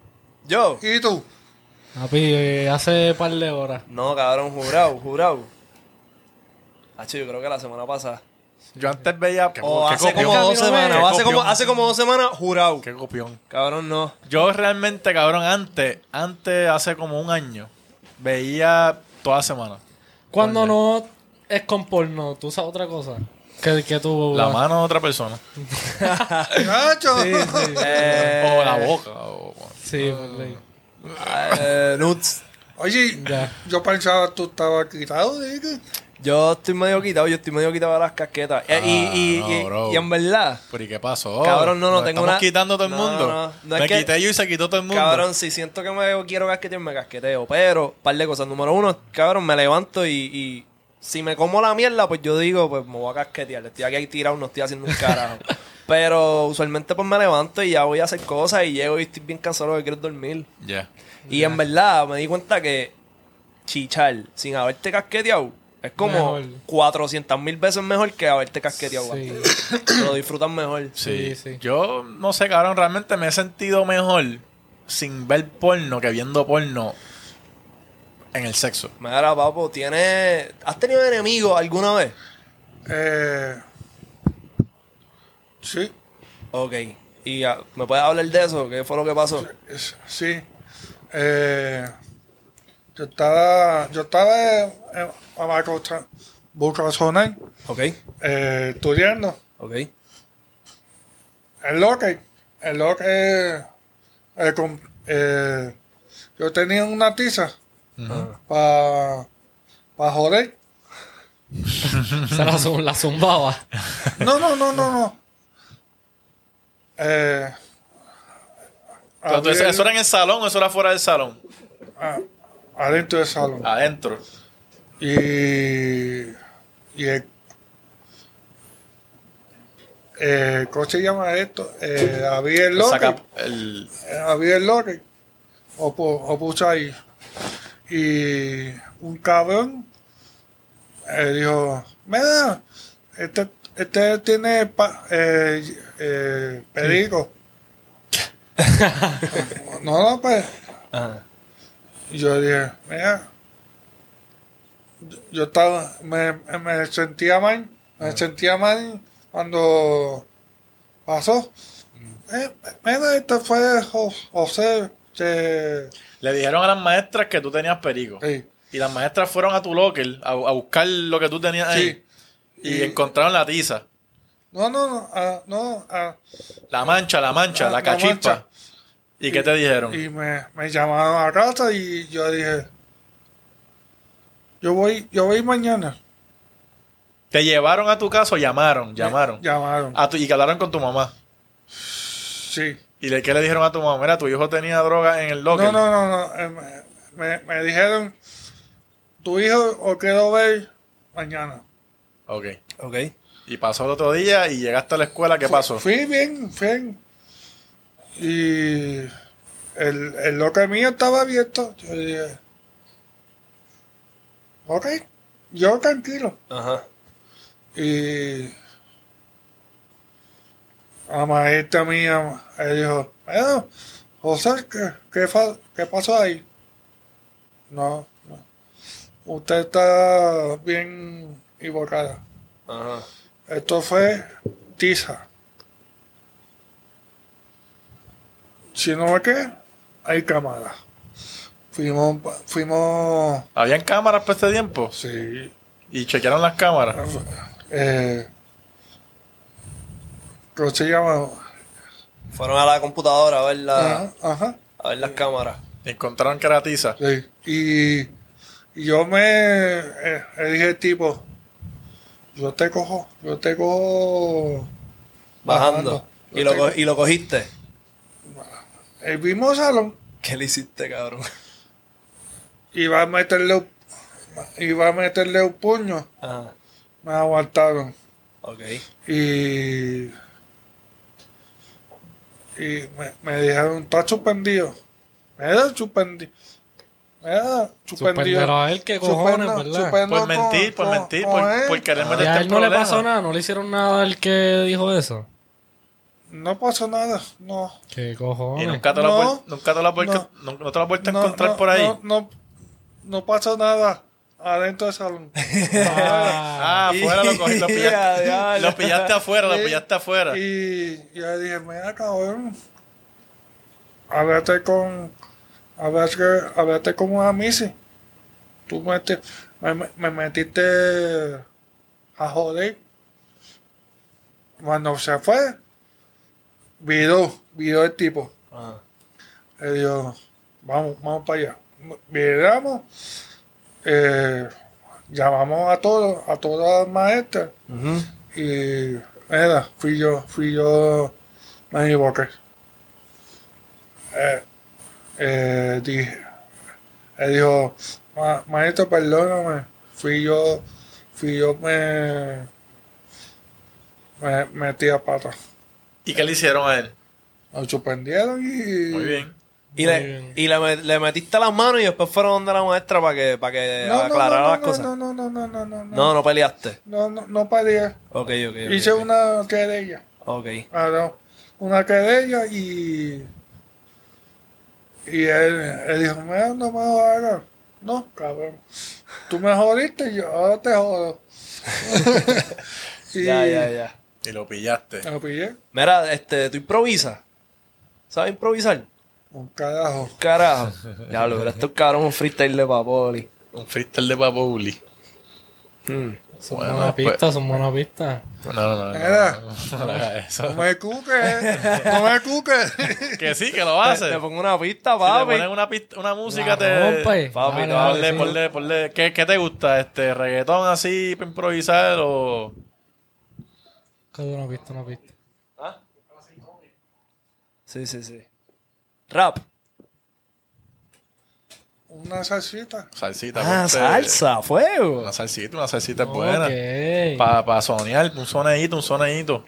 Speaker 2: ¿Yo?
Speaker 1: y tú,
Speaker 5: Papi, eh, hace par de horas.
Speaker 2: No, cabrón, jurado, jurado. Hacho, yo creo que la semana pasada.
Speaker 3: Yo antes veía.
Speaker 2: O
Speaker 3: qué
Speaker 2: hace como
Speaker 3: copión,
Speaker 2: dos
Speaker 5: Camino
Speaker 2: semanas.
Speaker 5: verde.
Speaker 2: o hace como,
Speaker 3: Copión.
Speaker 2: hace como dos semanas, jurado.
Speaker 3: Qué copión.
Speaker 2: Cabrón,
Speaker 3: [laughs]
Speaker 2: no.
Speaker 3: Yo realmente, cabrón, antes, antes, hace como un año, veía toda semana.
Speaker 5: Cuando no es con porno, tú usas otra cosa. Que, que tú.
Speaker 3: La mano de otra persona.
Speaker 1: cacho.
Speaker 5: Sí, sí.
Speaker 2: Eh,
Speaker 3: O Oh, la boca. o-
Speaker 5: Sí, papi.
Speaker 2: eh, nudes.
Speaker 1: [laughs] Oye,
Speaker 5: Ya.
Speaker 1: yo pensaba tú estabas quitado, Ricky.
Speaker 2: Yo estoy medio quitado, yo estoy medio quitado de las casquetas. Eh,
Speaker 3: Ah,
Speaker 2: y, y,
Speaker 3: no,
Speaker 2: y-
Speaker 3: bro.
Speaker 2: y en verdad,
Speaker 3: Pero ¿y qué pasó?
Speaker 2: Cabrón, no, no,
Speaker 3: Nos
Speaker 2: tengo
Speaker 3: estamos
Speaker 2: una-
Speaker 3: quitando todo el
Speaker 2: No,
Speaker 3: mundo.
Speaker 2: no, no. No, es
Speaker 3: me
Speaker 2: que-
Speaker 3: quité yo y se quitó todo el mundo.
Speaker 2: cabrón, si siento que me quiero casquetear, me casqueteo. Pero, par de cosas. Número uno, cabrón, me levanto y, y si me como la mierda, pues yo digo, pues me voy a casquetear. Estoy aquí tirado, no estoy haciendo un
Speaker 3: [laughs]
Speaker 2: carajo. Pero usualmente pues me levanto y ya voy a hacer cosas y llego y estoy bien cansado que quiero dormir.
Speaker 3: Ya.
Speaker 2: Y en verdad me di cuenta que chichar sin haberte casqueteado es como
Speaker 5: Mejor.
Speaker 2: 400 mil veces mejor que haberte casqueteado.
Speaker 5: Sí.
Speaker 2: antes. Lo disfrutas mejor.
Speaker 3: Sí,
Speaker 5: Sí, sí.
Speaker 3: Yo no sé, cabrón, realmente me he sentido mejor sin ver porno que viendo porno en el sexo.
Speaker 2: Mira, papo, ¿tienes... ¿has tenido enemigos alguna vez?
Speaker 1: Eh, sí,
Speaker 2: Ok. ¿Y ah, me puedes hablar de eso? ¿Qué fue lo que pasó?
Speaker 1: Es- Sí. Eh, yo estaba, yo estaba en, en Abacotra- Bucasonel,
Speaker 2: Ok,
Speaker 1: eh, estudiando.
Speaker 2: ok.
Speaker 1: El lo que, el lo que, eh, com- eh, yo tenía una tiza para pa joder.
Speaker 5: Se la, zum-
Speaker 3: [laughs]
Speaker 5: la zumbaba.
Speaker 1: No, no, no, no, no. Eh,
Speaker 3: Pero tú,
Speaker 1: había-
Speaker 3: ¿Eso era en el salón o eso era fuera del salón? Ah,
Speaker 1: adentro del salón.
Speaker 3: Adentro.
Speaker 1: Y, y el, eh, ¿cómo se llama esto? Eh, Javier
Speaker 3: El
Speaker 1: López.
Speaker 3: saca- el-
Speaker 1: eh, Javier López. O, pu- o puso ahí. Y un cabrón eh, dijo, mira, este, este tiene pa- eh, eh, perico. [laughs] no, no, pues.
Speaker 2: Ajá.
Speaker 1: Y yo dije, mira, yo- yo estaba, me, me sentía mal, me sentía mal cuando pasó. Eh, mira, este fue Jo- José, que-
Speaker 3: le dijeron a las maestras que tú tenías perico.
Speaker 1: sí,
Speaker 3: Y las maestras fueron a tu locker a, a buscar lo que tú tenías ahí.
Speaker 1: sí.
Speaker 3: Y,
Speaker 1: Y-
Speaker 3: encontraron la tiza.
Speaker 1: No, no, no, ah, no, ah,
Speaker 3: La mancha, la mancha,
Speaker 1: Ah,
Speaker 3: la
Speaker 1: la
Speaker 3: cachimpa.
Speaker 1: mancha.
Speaker 3: ¿Y, qué te dijeron?
Speaker 1: y me, me llamaron a casa y yo dije, yo voy, yo voy mañana.
Speaker 3: ¿Te llevaron a tu casa o llamaron? Llamaron. Ah,
Speaker 1: Llamaron,
Speaker 3: A tu- y que hablaron con tu mamá.
Speaker 1: sí.
Speaker 3: ¿Y le, qué le dijeron a tu mamá? Mira, tu hijo tenía droga en el
Speaker 1: No,
Speaker 3: locker.
Speaker 1: no, no, no. eh, me- me, me dijeron, tu hijo o quedó ver mañana.
Speaker 3: Ok.
Speaker 2: Ok.
Speaker 3: Y pasó el otro día y llegaste a la escuela. ¿Qué
Speaker 1: Fu-
Speaker 3: pasó?
Speaker 1: Fui bien, fui bien. Y el, el local mío estaba abierto. Yo dije, ok, yo tranquilo.
Speaker 2: Ajá.
Speaker 1: Y la maestra mía me dijo, bueno, José, ¿qué, qué, fa- qué pasó ahí? No, no. Usted está bien equivocada.
Speaker 2: Ajá.
Speaker 1: Esto fue tiza. Si no me qué, hay cámara. Fuimos, pa- fuimos,
Speaker 3: ¿Habían cámaras para este tiempo?
Speaker 1: sí,
Speaker 3: Y chequearon las cámaras.
Speaker 1: Ah. eh, ¿cómo se llama?
Speaker 2: Fueron a la computadora a ver, la,
Speaker 1: Ajá, Ah, ajá,
Speaker 2: a ver las cámaras.
Speaker 3: Y encontraron que era tiza.
Speaker 1: sí. Y, y yo me eh, le dije, tipo, yo te cojo, yo te cojo.
Speaker 2: Bajando.
Speaker 1: Yo
Speaker 2: Y lo,
Speaker 1: te-
Speaker 2: co- y lo cogiste.
Speaker 1: El mismo salón
Speaker 2: ¿Qué le hiciste, cabrón?
Speaker 1: iba a meterle, un- iba a meterle un puño,
Speaker 2: Ajá.
Speaker 1: me aguantaron.
Speaker 2: Ok.
Speaker 1: Y, y me, me dijeron, está suspendido. Mira, suspendido. Mira, suspendido.
Speaker 5: Suspendieron a él, qué cojones,
Speaker 1: Suspendo-
Speaker 5: ¿verdad?
Speaker 1: suspendo
Speaker 3: Por mentir, por
Speaker 1: con-
Speaker 3: mentir,
Speaker 1: con él.
Speaker 3: por, por querer
Speaker 5: Y
Speaker 3: meterte
Speaker 5: a
Speaker 3: en
Speaker 5: él no le pasó
Speaker 3: problemas.
Speaker 5: nada, no le hicieron nada al que dijo eso.
Speaker 1: No pasó nada, no.
Speaker 5: ¿Qué
Speaker 3: Y
Speaker 5: cojones?
Speaker 3: nunca te, la
Speaker 1: No.
Speaker 3: vuel- nunca te la vuelta- nu- no te la vuelta a
Speaker 1: No,
Speaker 3: encontrar
Speaker 1: no,
Speaker 3: por ahí.
Speaker 1: No, no, no pasó nada adentro del salón.
Speaker 5: [laughs]
Speaker 3: Ah,
Speaker 5: Ah,
Speaker 3: afuera lo
Speaker 1: [laughs]
Speaker 3: cogiste, lo pillaste.
Speaker 2: Ya, ya.
Speaker 3: Lo pillaste afuera, lo
Speaker 1: Sí.
Speaker 3: pillaste afuera.
Speaker 1: Y yo le dije, mira, cabrón, háblate con, háblate, háblate con una misi. Tú me, te- me, me metiste a joder. Cuando se fue, viró, viró el tipo.
Speaker 2: Ajá.
Speaker 1: Le digo, vamos, vamos para allá. Viramos, eh, llamamos a todos, a todas las maestras.
Speaker 2: Ujú.
Speaker 1: Y era, fui yo, fui yo, me equivoqué. Eh, eh, dije, él dijo, "Ma- maestro, perdóname, fui yo, fui yo, me, me metí a pata.
Speaker 3: ¿Y qué le hicieron a él?
Speaker 1: Lo suspendieron y...
Speaker 3: Muy bien.
Speaker 2: Y,
Speaker 5: Muy
Speaker 2: le,
Speaker 5: bien.
Speaker 2: y le, met- le metiste las manos y después fueron donde la maestra para que, para que
Speaker 1: No, no,
Speaker 2: aclarara
Speaker 1: no,
Speaker 2: las
Speaker 1: no,
Speaker 2: cosas.
Speaker 1: No, no, no, no, no, no,
Speaker 2: No,
Speaker 1: no,
Speaker 2: no peleaste.
Speaker 1: no, no, no paré.
Speaker 2: Ok, ok. ok,
Speaker 1: Hice
Speaker 2: ok.
Speaker 1: una querella.
Speaker 2: Ok.
Speaker 1: Claro, una querella y. Y él, él dijo: Mira, no me lo hagas. No, cabrón. Tú me jodiste y yo ahora te jodo. y
Speaker 2: Ya, ya, ya.
Speaker 3: Y lo pillaste.
Speaker 1: Lo pillé,
Speaker 2: Mira, este, tú improvisas. ¿Sabes improvisar?
Speaker 1: un carajo.
Speaker 2: Carajo. Ya lo verás, estos cabrones un freestyle de papoli.
Speaker 3: Un freestyle de Baboli.
Speaker 2: Mm.
Speaker 5: Son
Speaker 3: Bueno,
Speaker 5: buenas
Speaker 3: pues-
Speaker 5: pistas, son buenas pistas.
Speaker 3: No, no, no.
Speaker 1: Mira.
Speaker 3: no, [laughs] no, no hagas
Speaker 1: No
Speaker 3: eso.
Speaker 1: me cuques, no me cuques. [laughs]
Speaker 3: Que Ah, sí, que lo
Speaker 2: Te,
Speaker 3: haces.
Speaker 2: te pongo una pista,
Speaker 3: Si te
Speaker 2: papi.
Speaker 3: ponen una, pist- una música,
Speaker 5: La
Speaker 3: te.
Speaker 5: rompe.
Speaker 2: papi,
Speaker 5: Dale,
Speaker 2: no,
Speaker 5: dale,
Speaker 3: Ponle,
Speaker 5: sí.
Speaker 3: ponle, ponle. ¿Qué, qué te gusta? Este, ¿Reggaetón así para improvisar o.?
Speaker 5: Que de una pista, una pista.
Speaker 2: Sí, sí, sí. Rap.
Speaker 1: una salsita.
Speaker 3: Salsita.
Speaker 2: Ah,
Speaker 3: ponte-
Speaker 2: salsa, a fuego.
Speaker 3: Una salsita, una salsita es buena.
Speaker 5: Ok.
Speaker 3: Para sonear, un sonidito, un sonidito.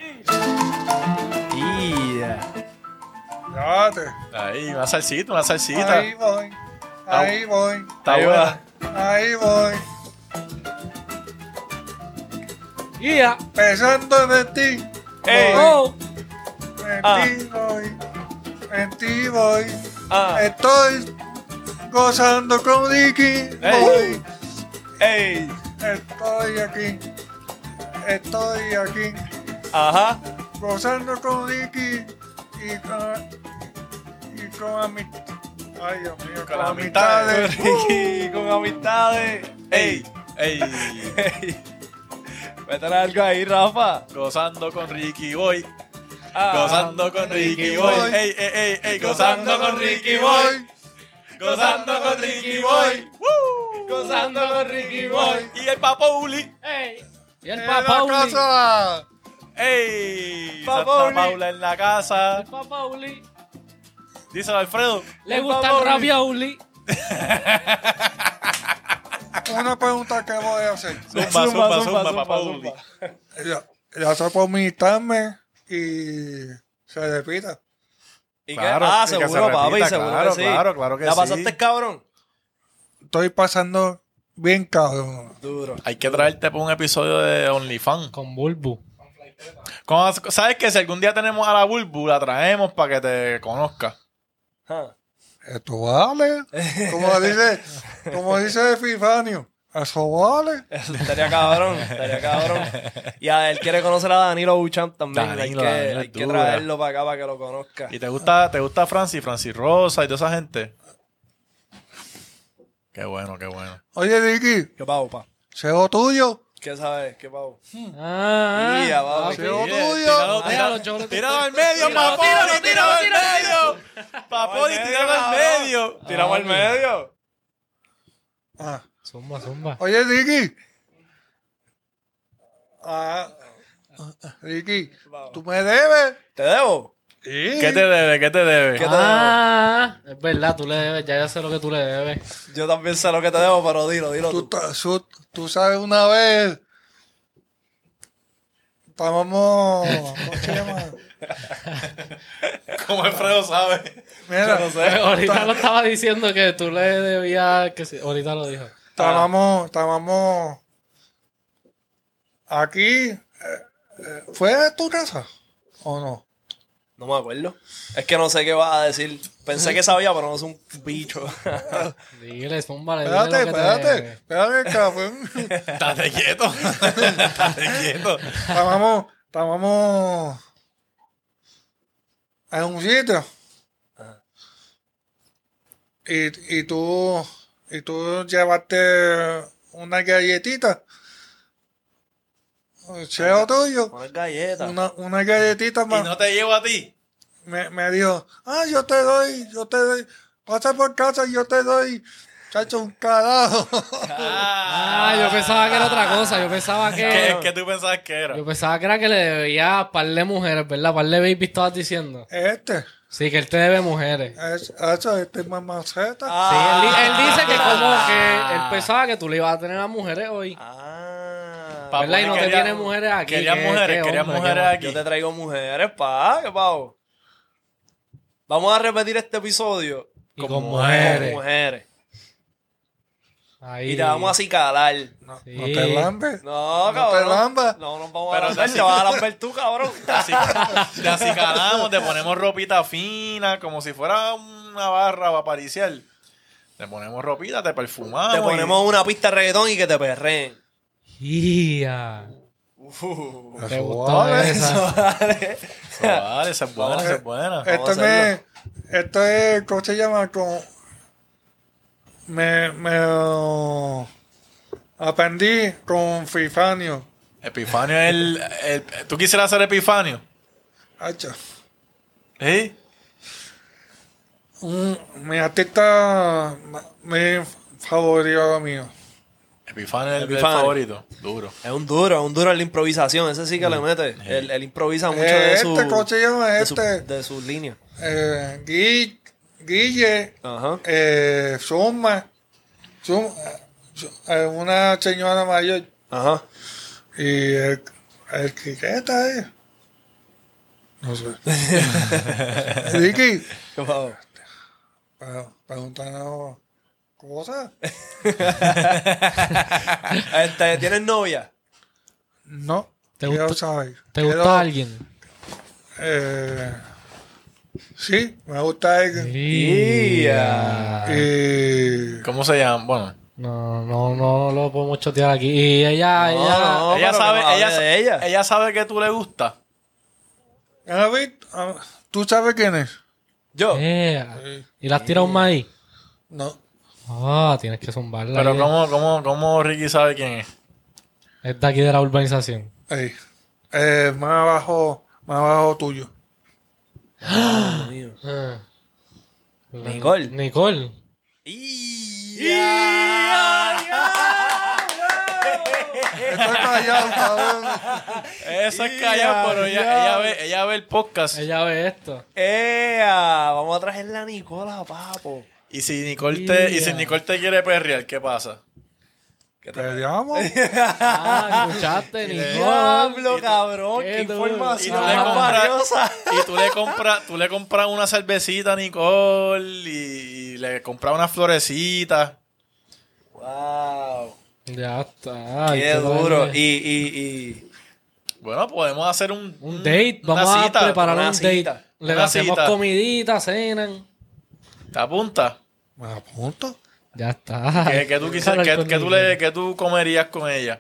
Speaker 2: Yeah.
Speaker 1: Llévate.
Speaker 3: Ahí, una salsita, una salsita.
Speaker 1: Ahí voy. Ahí voy.
Speaker 3: Está
Speaker 2: Ahí
Speaker 3: buena.
Speaker 2: va.
Speaker 1: Ahí voy.
Speaker 5: Guía.
Speaker 1: Pensando en ti.
Speaker 2: Ey.
Speaker 1: voy.
Speaker 5: Oh.
Speaker 1: En
Speaker 2: Ah.
Speaker 1: ti voy. En ti voy.
Speaker 2: Ah.
Speaker 1: Estoy gozando con Nicky.
Speaker 2: Ey.
Speaker 1: Voy.
Speaker 2: Ey.
Speaker 1: Estoy aquí. Estoy aquí.
Speaker 2: Ajá.
Speaker 1: Gozando con Nicky. Y con. Y con amistad. Ay, Dios mío, con, amistades.
Speaker 2: [laughs] Ricky, con amistades. Ey.
Speaker 3: Ey,
Speaker 2: Ey. Métale algo ahí, Rafa.
Speaker 3: gozando con Ricky Boy.
Speaker 2: Ah.
Speaker 3: Gozando con Ricky Boy. Ey, ey, ey, ey, gozando con Ricky Boy. Gozando con Ricky Boy. Woo.
Speaker 2: Gozando con Ricky Boy.
Speaker 3: Y el Papo Uli.
Speaker 5: Ey. Y
Speaker 1: En
Speaker 2: Eh,
Speaker 5: el
Speaker 1: la
Speaker 5: papá Uli.
Speaker 1: casa.
Speaker 3: Ey,
Speaker 2: Papo
Speaker 3: Santa
Speaker 2: Uli.
Speaker 3: Paula en la casa.
Speaker 5: El papá Uli.
Speaker 3: Díselo, Alfredo.
Speaker 5: Le
Speaker 2: El
Speaker 5: gusta
Speaker 2: papá
Speaker 5: el
Speaker 2: Uli.
Speaker 5: ravioli.
Speaker 1: Una pregunta que voy a hacer.
Speaker 3: Zumba, zumba, zumba, Papo Uli.
Speaker 1: La, la sopa vomitarme y se repita.
Speaker 2: ¿Y qué?
Speaker 3: Claro,
Speaker 2: ah,
Speaker 3: y que se
Speaker 2: seguro, papi,
Speaker 3: repita,
Speaker 2: seguro
Speaker 3: claro,
Speaker 2: que sí.
Speaker 3: claro, claro que
Speaker 2: ¿La
Speaker 3: sí.
Speaker 2: pasaste, cabrón?
Speaker 1: Estoy pasando bien cabrón.
Speaker 2: Duro.
Speaker 3: Hay que traerte para un episodio de OnlyFans.
Speaker 5: Con Bulbu.
Speaker 3: Con- ¿Sabes que Si algún día tenemos a la Bulbu, la traemos para que te conozca.
Speaker 2: Ah.
Speaker 1: Esto vale. Como dice, como dice Epifanio, eso vale.
Speaker 2: Eso estaría cabrón, estaría
Speaker 3: [laughs]
Speaker 2: cabrón. Y a él quiere conocer a Danilo Buchan también.
Speaker 3: Danilo,
Speaker 2: hay que,
Speaker 3: Danilo
Speaker 2: hay
Speaker 3: es
Speaker 2: que
Speaker 3: dura.
Speaker 2: traerlo para acá para que lo conozca.
Speaker 3: ¿Y te gusta, te gusta Francis, Francis Rosa y toda esa gente? Qué bueno, qué bueno.
Speaker 1: Oye, Ricky,
Speaker 2: ¿Qué pavo, pa?
Speaker 1: ¿seo tuyo?
Speaker 2: ¿Qué sabes? ¿Qué pavo?
Speaker 5: Ah.
Speaker 2: Ya, va,
Speaker 5: papi.
Speaker 2: Sí,
Speaker 1: ¿Seo
Speaker 3: Bien,
Speaker 1: tuyo?
Speaker 3: tíralo,
Speaker 5: Tíralo,
Speaker 3: tíralo,
Speaker 5: cholo,
Speaker 3: tíralo al
Speaker 5: tíralo,
Speaker 3: medio,
Speaker 5: tíralo,
Speaker 3: Papoli,
Speaker 5: tíralo,
Speaker 3: tíralo al
Speaker 5: tíralo.
Speaker 3: medio. Papoli, tíralo al
Speaker 2: cabrón.
Speaker 3: medio.
Speaker 2: Tiramos al
Speaker 5: Ah,
Speaker 2: medio.
Speaker 1: Ah.
Speaker 5: Zumba, zumba.
Speaker 1: Oye, Ricky. Ah, Ricky, ¿tú me debes?
Speaker 2: ¿Te debo?
Speaker 1: Sí.
Speaker 3: ¿Qué te debe? ¿Qué te
Speaker 2: ¿Qué
Speaker 3: debe?
Speaker 2: te
Speaker 5: Ah, es verdad, tú le debes, ya yo sé lo que tú le debes.
Speaker 2: debo? Yo también sé lo que te debo, pero dilo, dilo
Speaker 1: Tú,
Speaker 2: tú.
Speaker 1: ta- su- tú sabes una vez. Estábamos. ¿Cómo se llama?
Speaker 3: Como Alfredo sabe.
Speaker 1: Mira,
Speaker 5: [laughs] ahorita lo estaba diciendo que tú le debías, que sí, ahorita lo dijo.
Speaker 1: estábamos, estábamos aquí. eh, eh, ¿Fue a tu casa o no?
Speaker 2: No me acuerdo. Es que no sé qué vas a decir. Pensé que sabía, pero no es un bicho.
Speaker 5: Dile, zumba, le dile lo
Speaker 1: Espérate,
Speaker 5: que te
Speaker 1: espérate,
Speaker 5: debe.
Speaker 1: espérate, cabrón.
Speaker 2: [laughs]
Speaker 3: Estate quieto. Estate quieto.
Speaker 1: estábamos, estábamos en un sitio. Y, y tú, y tú llevaste una galletita. Cheo tuyo.
Speaker 2: Una galleta.
Speaker 1: Una, una galletita
Speaker 3: Y
Speaker 1: más.
Speaker 3: no te llevo a ti.
Speaker 1: me, me dijo, ah, yo te doy, yo te doy, pasa por casa y yo te doy, chacho, un carajo. [laughs]
Speaker 5: Ah, yo pensaba que era otra cosa, yo pensaba
Speaker 3: ¿Qué,
Speaker 5: que...
Speaker 3: qué tú pensabas que era?
Speaker 5: Yo pensaba que era que le debía par de mujeres, ¿verdad? Par de babies estabas diciendo.
Speaker 1: este,
Speaker 5: Sí, que él te debe mujeres.
Speaker 1: es, eso, este mamaceta.
Speaker 5: Sí,
Speaker 2: Ah.
Speaker 5: él, di- él dice que como que él pensaba que tú le ibas a tener a mujeres hoy.
Speaker 2: Ah.
Speaker 3: Papá,
Speaker 5: ¿Verdad? Y
Speaker 3: le
Speaker 5: no te
Speaker 3: quería-
Speaker 5: tiene mujeres aquí,
Speaker 3: Quería
Speaker 5: ¿qué-
Speaker 3: mujeres,
Speaker 5: qué
Speaker 3: quería
Speaker 5: hombre,
Speaker 3: mujeres
Speaker 5: qué
Speaker 2: Yo
Speaker 3: aquí.
Speaker 2: te traigo mujeres, pa. ¿Qué pavo? Vamos a repetir este episodio.
Speaker 5: Y con mujeres.
Speaker 2: Con mujeres.
Speaker 5: Ahí.
Speaker 2: Y te vamos a acicalar.
Speaker 1: no,
Speaker 5: sí.
Speaker 1: no te lambes.
Speaker 2: No,
Speaker 1: No
Speaker 2: cabrón.
Speaker 1: te lambas.
Speaker 2: No, nos vamos
Speaker 3: Pero
Speaker 2: a lamber.
Speaker 3: te-
Speaker 2: Te vas a lamber tú, cabrón.
Speaker 3: Así, así ganamos, te ponemos ropita fina, como si fuera una barra aparicial. Te ponemos ropita, te perfumamos.
Speaker 2: Te ponemos una pista de reggaetón y que te perreen.
Speaker 5: Ya.
Speaker 2: Uh,
Speaker 5: Te
Speaker 1: Eso
Speaker 5: gustó
Speaker 1: vale.
Speaker 5: esa.
Speaker 2: vale.
Speaker 3: y- Vale, esa es buena, esa es buena.
Speaker 2: Eh,
Speaker 1: Esto
Speaker 2: Vamos a
Speaker 1: me, esto es, ¿cómo se llama? Como, me, me lo aprendí con Fifanio.
Speaker 3: Epifanio es el, el- ¿Tú quisieras ser Epifanio?
Speaker 1: Hacho,
Speaker 3: ¿Sí?
Speaker 1: un- mi artista, mi favorito mío.
Speaker 3: Epifanio es el, el
Speaker 2: Epifanio.
Speaker 3: favorito. Duro.
Speaker 2: [laughs] Es un duro, es un duro en la improvisación. Ese sí que le mete. Él, él improvisa mucho de
Speaker 1: Este,
Speaker 2: su...
Speaker 1: ¿cómo se llama
Speaker 2: de su-
Speaker 1: este?
Speaker 2: De sus líneas.
Speaker 1: Eh, Gui- Guille,
Speaker 2: Ajá.
Speaker 1: eh, Zuma, Yo- yo- eh, una señora mayor
Speaker 2: Ajá.
Speaker 1: y el, el quiqueta es. No sé. Ricky,
Speaker 2: ¿Qué pasó?
Speaker 1: pa- pregúntanos cosas.
Speaker 2: Este, ¿Tienes novia?
Speaker 1: No.
Speaker 5: ¿Te
Speaker 1: quiero
Speaker 5: gusta-
Speaker 1: saber.
Speaker 5: ¿Te
Speaker 1: Quiero,
Speaker 5: gusta alguien?
Speaker 1: eh, sí, me gusta alguien.
Speaker 2: Yeah.
Speaker 1: Y
Speaker 3: ¿Cómo se llama? Bueno,
Speaker 5: No, no, no lo podemos chotear aquí. Y ella,
Speaker 2: No,
Speaker 5: ella.
Speaker 2: no.
Speaker 3: ella
Speaker 2: pero
Speaker 3: sabe,
Speaker 2: que no
Speaker 3: ella,
Speaker 2: hable de ella.
Speaker 3: ella sabe que tú le gustas.
Speaker 1: ¿Has visto? Ah, ¿Tú sabes quién es?
Speaker 2: Yo.
Speaker 5: Yeah. eh, Y las tira un maíz.
Speaker 1: No.
Speaker 5: Ah, tienes que zumbarla.
Speaker 3: Pero
Speaker 5: ahí.
Speaker 3: ¿cómo, cómo, cómo Ricky sabe quién es?
Speaker 5: Es de aquí de la urbanización.
Speaker 1: Ahí. Eh, más abajo, más abajo tuyo.
Speaker 5: Ah.
Speaker 2: Nicole.
Speaker 5: Nicole.
Speaker 1: Estoy callado, cabrón.
Speaker 3: Eso es
Speaker 2: Ya,
Speaker 3: callado, pero ella,
Speaker 2: ya.
Speaker 3: ella, ve, ella ve el podcast.
Speaker 5: Ella ve esto.
Speaker 2: ¡Ea! Vamos a traerle a Nicola, papo.
Speaker 3: Y si Nicole te, y si
Speaker 5: Ya.
Speaker 3: Nicole te quiere perrear, ¿qué pasa?
Speaker 1: Peleamos.
Speaker 5: Ah, escuchaste,
Speaker 2: Eh.
Speaker 5: Nicole.
Speaker 2: ¡Diablo, cabrón!
Speaker 5: qué
Speaker 2: ¡Qué
Speaker 5: duro.
Speaker 2: información
Speaker 5: Y tú le
Speaker 2: más
Speaker 3: compras-
Speaker 2: valiosa!
Speaker 3: Y tú le compras, tú le compras una cervecita a Nicole y, y le compras unas florecitas.
Speaker 2: ¡Wow!
Speaker 5: Ya está.
Speaker 2: ¡Qué
Speaker 5: Ay,
Speaker 2: duro!
Speaker 5: duele.
Speaker 2: Y, y, y...
Speaker 3: Bueno, podemos hacer un,
Speaker 5: Un date.
Speaker 3: una
Speaker 5: Vamos a
Speaker 3: cita.
Speaker 5: preparar
Speaker 2: una
Speaker 5: un
Speaker 2: cita,
Speaker 5: date. Le
Speaker 3: una
Speaker 5: hacemos
Speaker 3: cita.
Speaker 5: comidita, cenan.
Speaker 3: ¿Te apuntas?
Speaker 1: Me apunto.
Speaker 5: Ya está.
Speaker 3: ¿Qué, qué tú,
Speaker 5: Quiero
Speaker 3: quisieras-
Speaker 5: hablar
Speaker 3: qué-
Speaker 5: con
Speaker 3: qué tú
Speaker 5: Nicole.
Speaker 3: le, qué tú comerías con ella?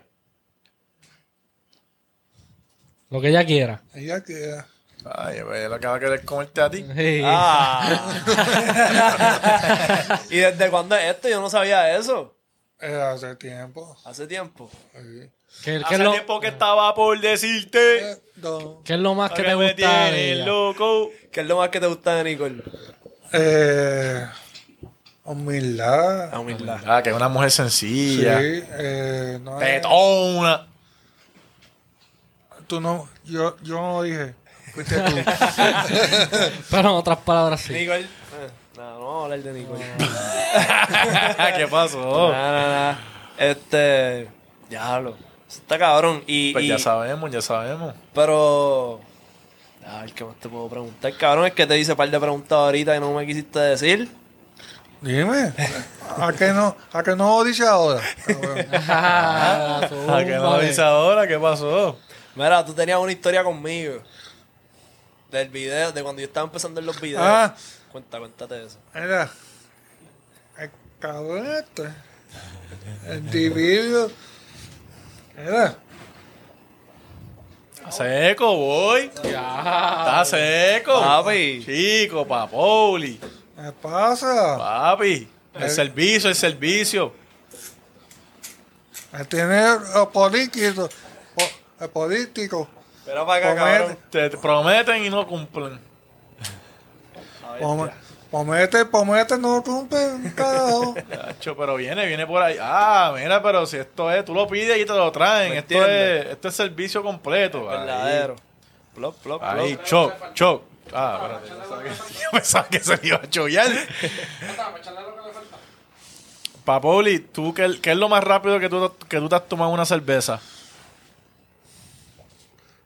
Speaker 5: Lo que ella quiera.
Speaker 1: Ella queda.
Speaker 3: Ay, pues, la que va a querer comerte a ti.
Speaker 5: Sí.
Speaker 3: Ah,
Speaker 2: ¡Ah! [laughs] ¿Y desde cuándo es esto? Yo no sabía eso.
Speaker 1: Eh, hace tiempo.
Speaker 2: Hace tiempo.
Speaker 1: Ahí.
Speaker 5: ¿Qué, qué
Speaker 3: Hace
Speaker 5: es lo,
Speaker 3: tiempo que estaba por decirte
Speaker 1: Eh, no.
Speaker 5: qué es lo más que
Speaker 3: que
Speaker 5: te
Speaker 3: me
Speaker 5: gusta de
Speaker 3: tienes
Speaker 5: ella?
Speaker 3: loco.
Speaker 2: ¿Qué es lo más que te gusta de Nicole?
Speaker 1: Eh, humildad.
Speaker 2: La humildad.
Speaker 3: Ah, que es una mujer
Speaker 1: Sí.
Speaker 3: sencilla.
Speaker 1: Eh, no es-
Speaker 3: Tetona.
Speaker 1: tú no, yo, yo no lo dije. Fuiste tú.
Speaker 5: Pero en otras palabras sí.
Speaker 2: Nicole. eh, No, no vamos a hablar de Nicole.
Speaker 3: [laughs] ¿Qué pasó?
Speaker 2: Nah, nah, nah. Este. Diablo. Eso Está cabrón. Y,
Speaker 3: Pues
Speaker 2: y-
Speaker 3: ya sabemos, ya sabemos.
Speaker 2: Pero. A ver, ¿qué más te puedo preguntar? Cabrón, es que te hice un par de preguntas ahorita y no me quisiste decir.
Speaker 1: Dime. ¿A qué no, a qué no lo dice ahora? cabrón?
Speaker 5: Ah,
Speaker 3: ¿A qué nos
Speaker 5: zúmbale.
Speaker 3: avisa ahora? ¿Qué pasó?
Speaker 2: Mira, tú tenías una historia conmigo. Del video, de cuando yo estaba empezando en los videos.
Speaker 1: Ah.
Speaker 2: Cuenta, cuéntate eso.
Speaker 1: Mira, el cabrón este, el individuo, mira,
Speaker 3: Está seco, voy. Está seco.
Speaker 2: Papi.
Speaker 3: Chico, papoli.
Speaker 1: me pasa,
Speaker 3: Papi. El servicio, el servicio.
Speaker 1: me tiene el político, po- el político,
Speaker 2: Pero para acá,
Speaker 1: Comer.
Speaker 2: cabrón.
Speaker 3: Te prometen y no cumplen.
Speaker 2: A ver,
Speaker 1: pome- promete, promete, no cumple un carajo.
Speaker 3: Chacho, pero viene, viene por ahí. Ah, mira, pero si esto es, tú lo pides y te lo traen.
Speaker 2: ¿Me
Speaker 3: Esto es,
Speaker 2: entiendes?
Speaker 3: esto es servicio completo. Ahí.
Speaker 2: verdadero. Plop, plop, plop.
Speaker 3: Ahí, choc, choc. Ah, espérate. [laughs] Yo pensaba que se le iba a chollar. Papoli, ¿tú qué, qué es lo más rápido que tú, que tú te has tomado una cerveza?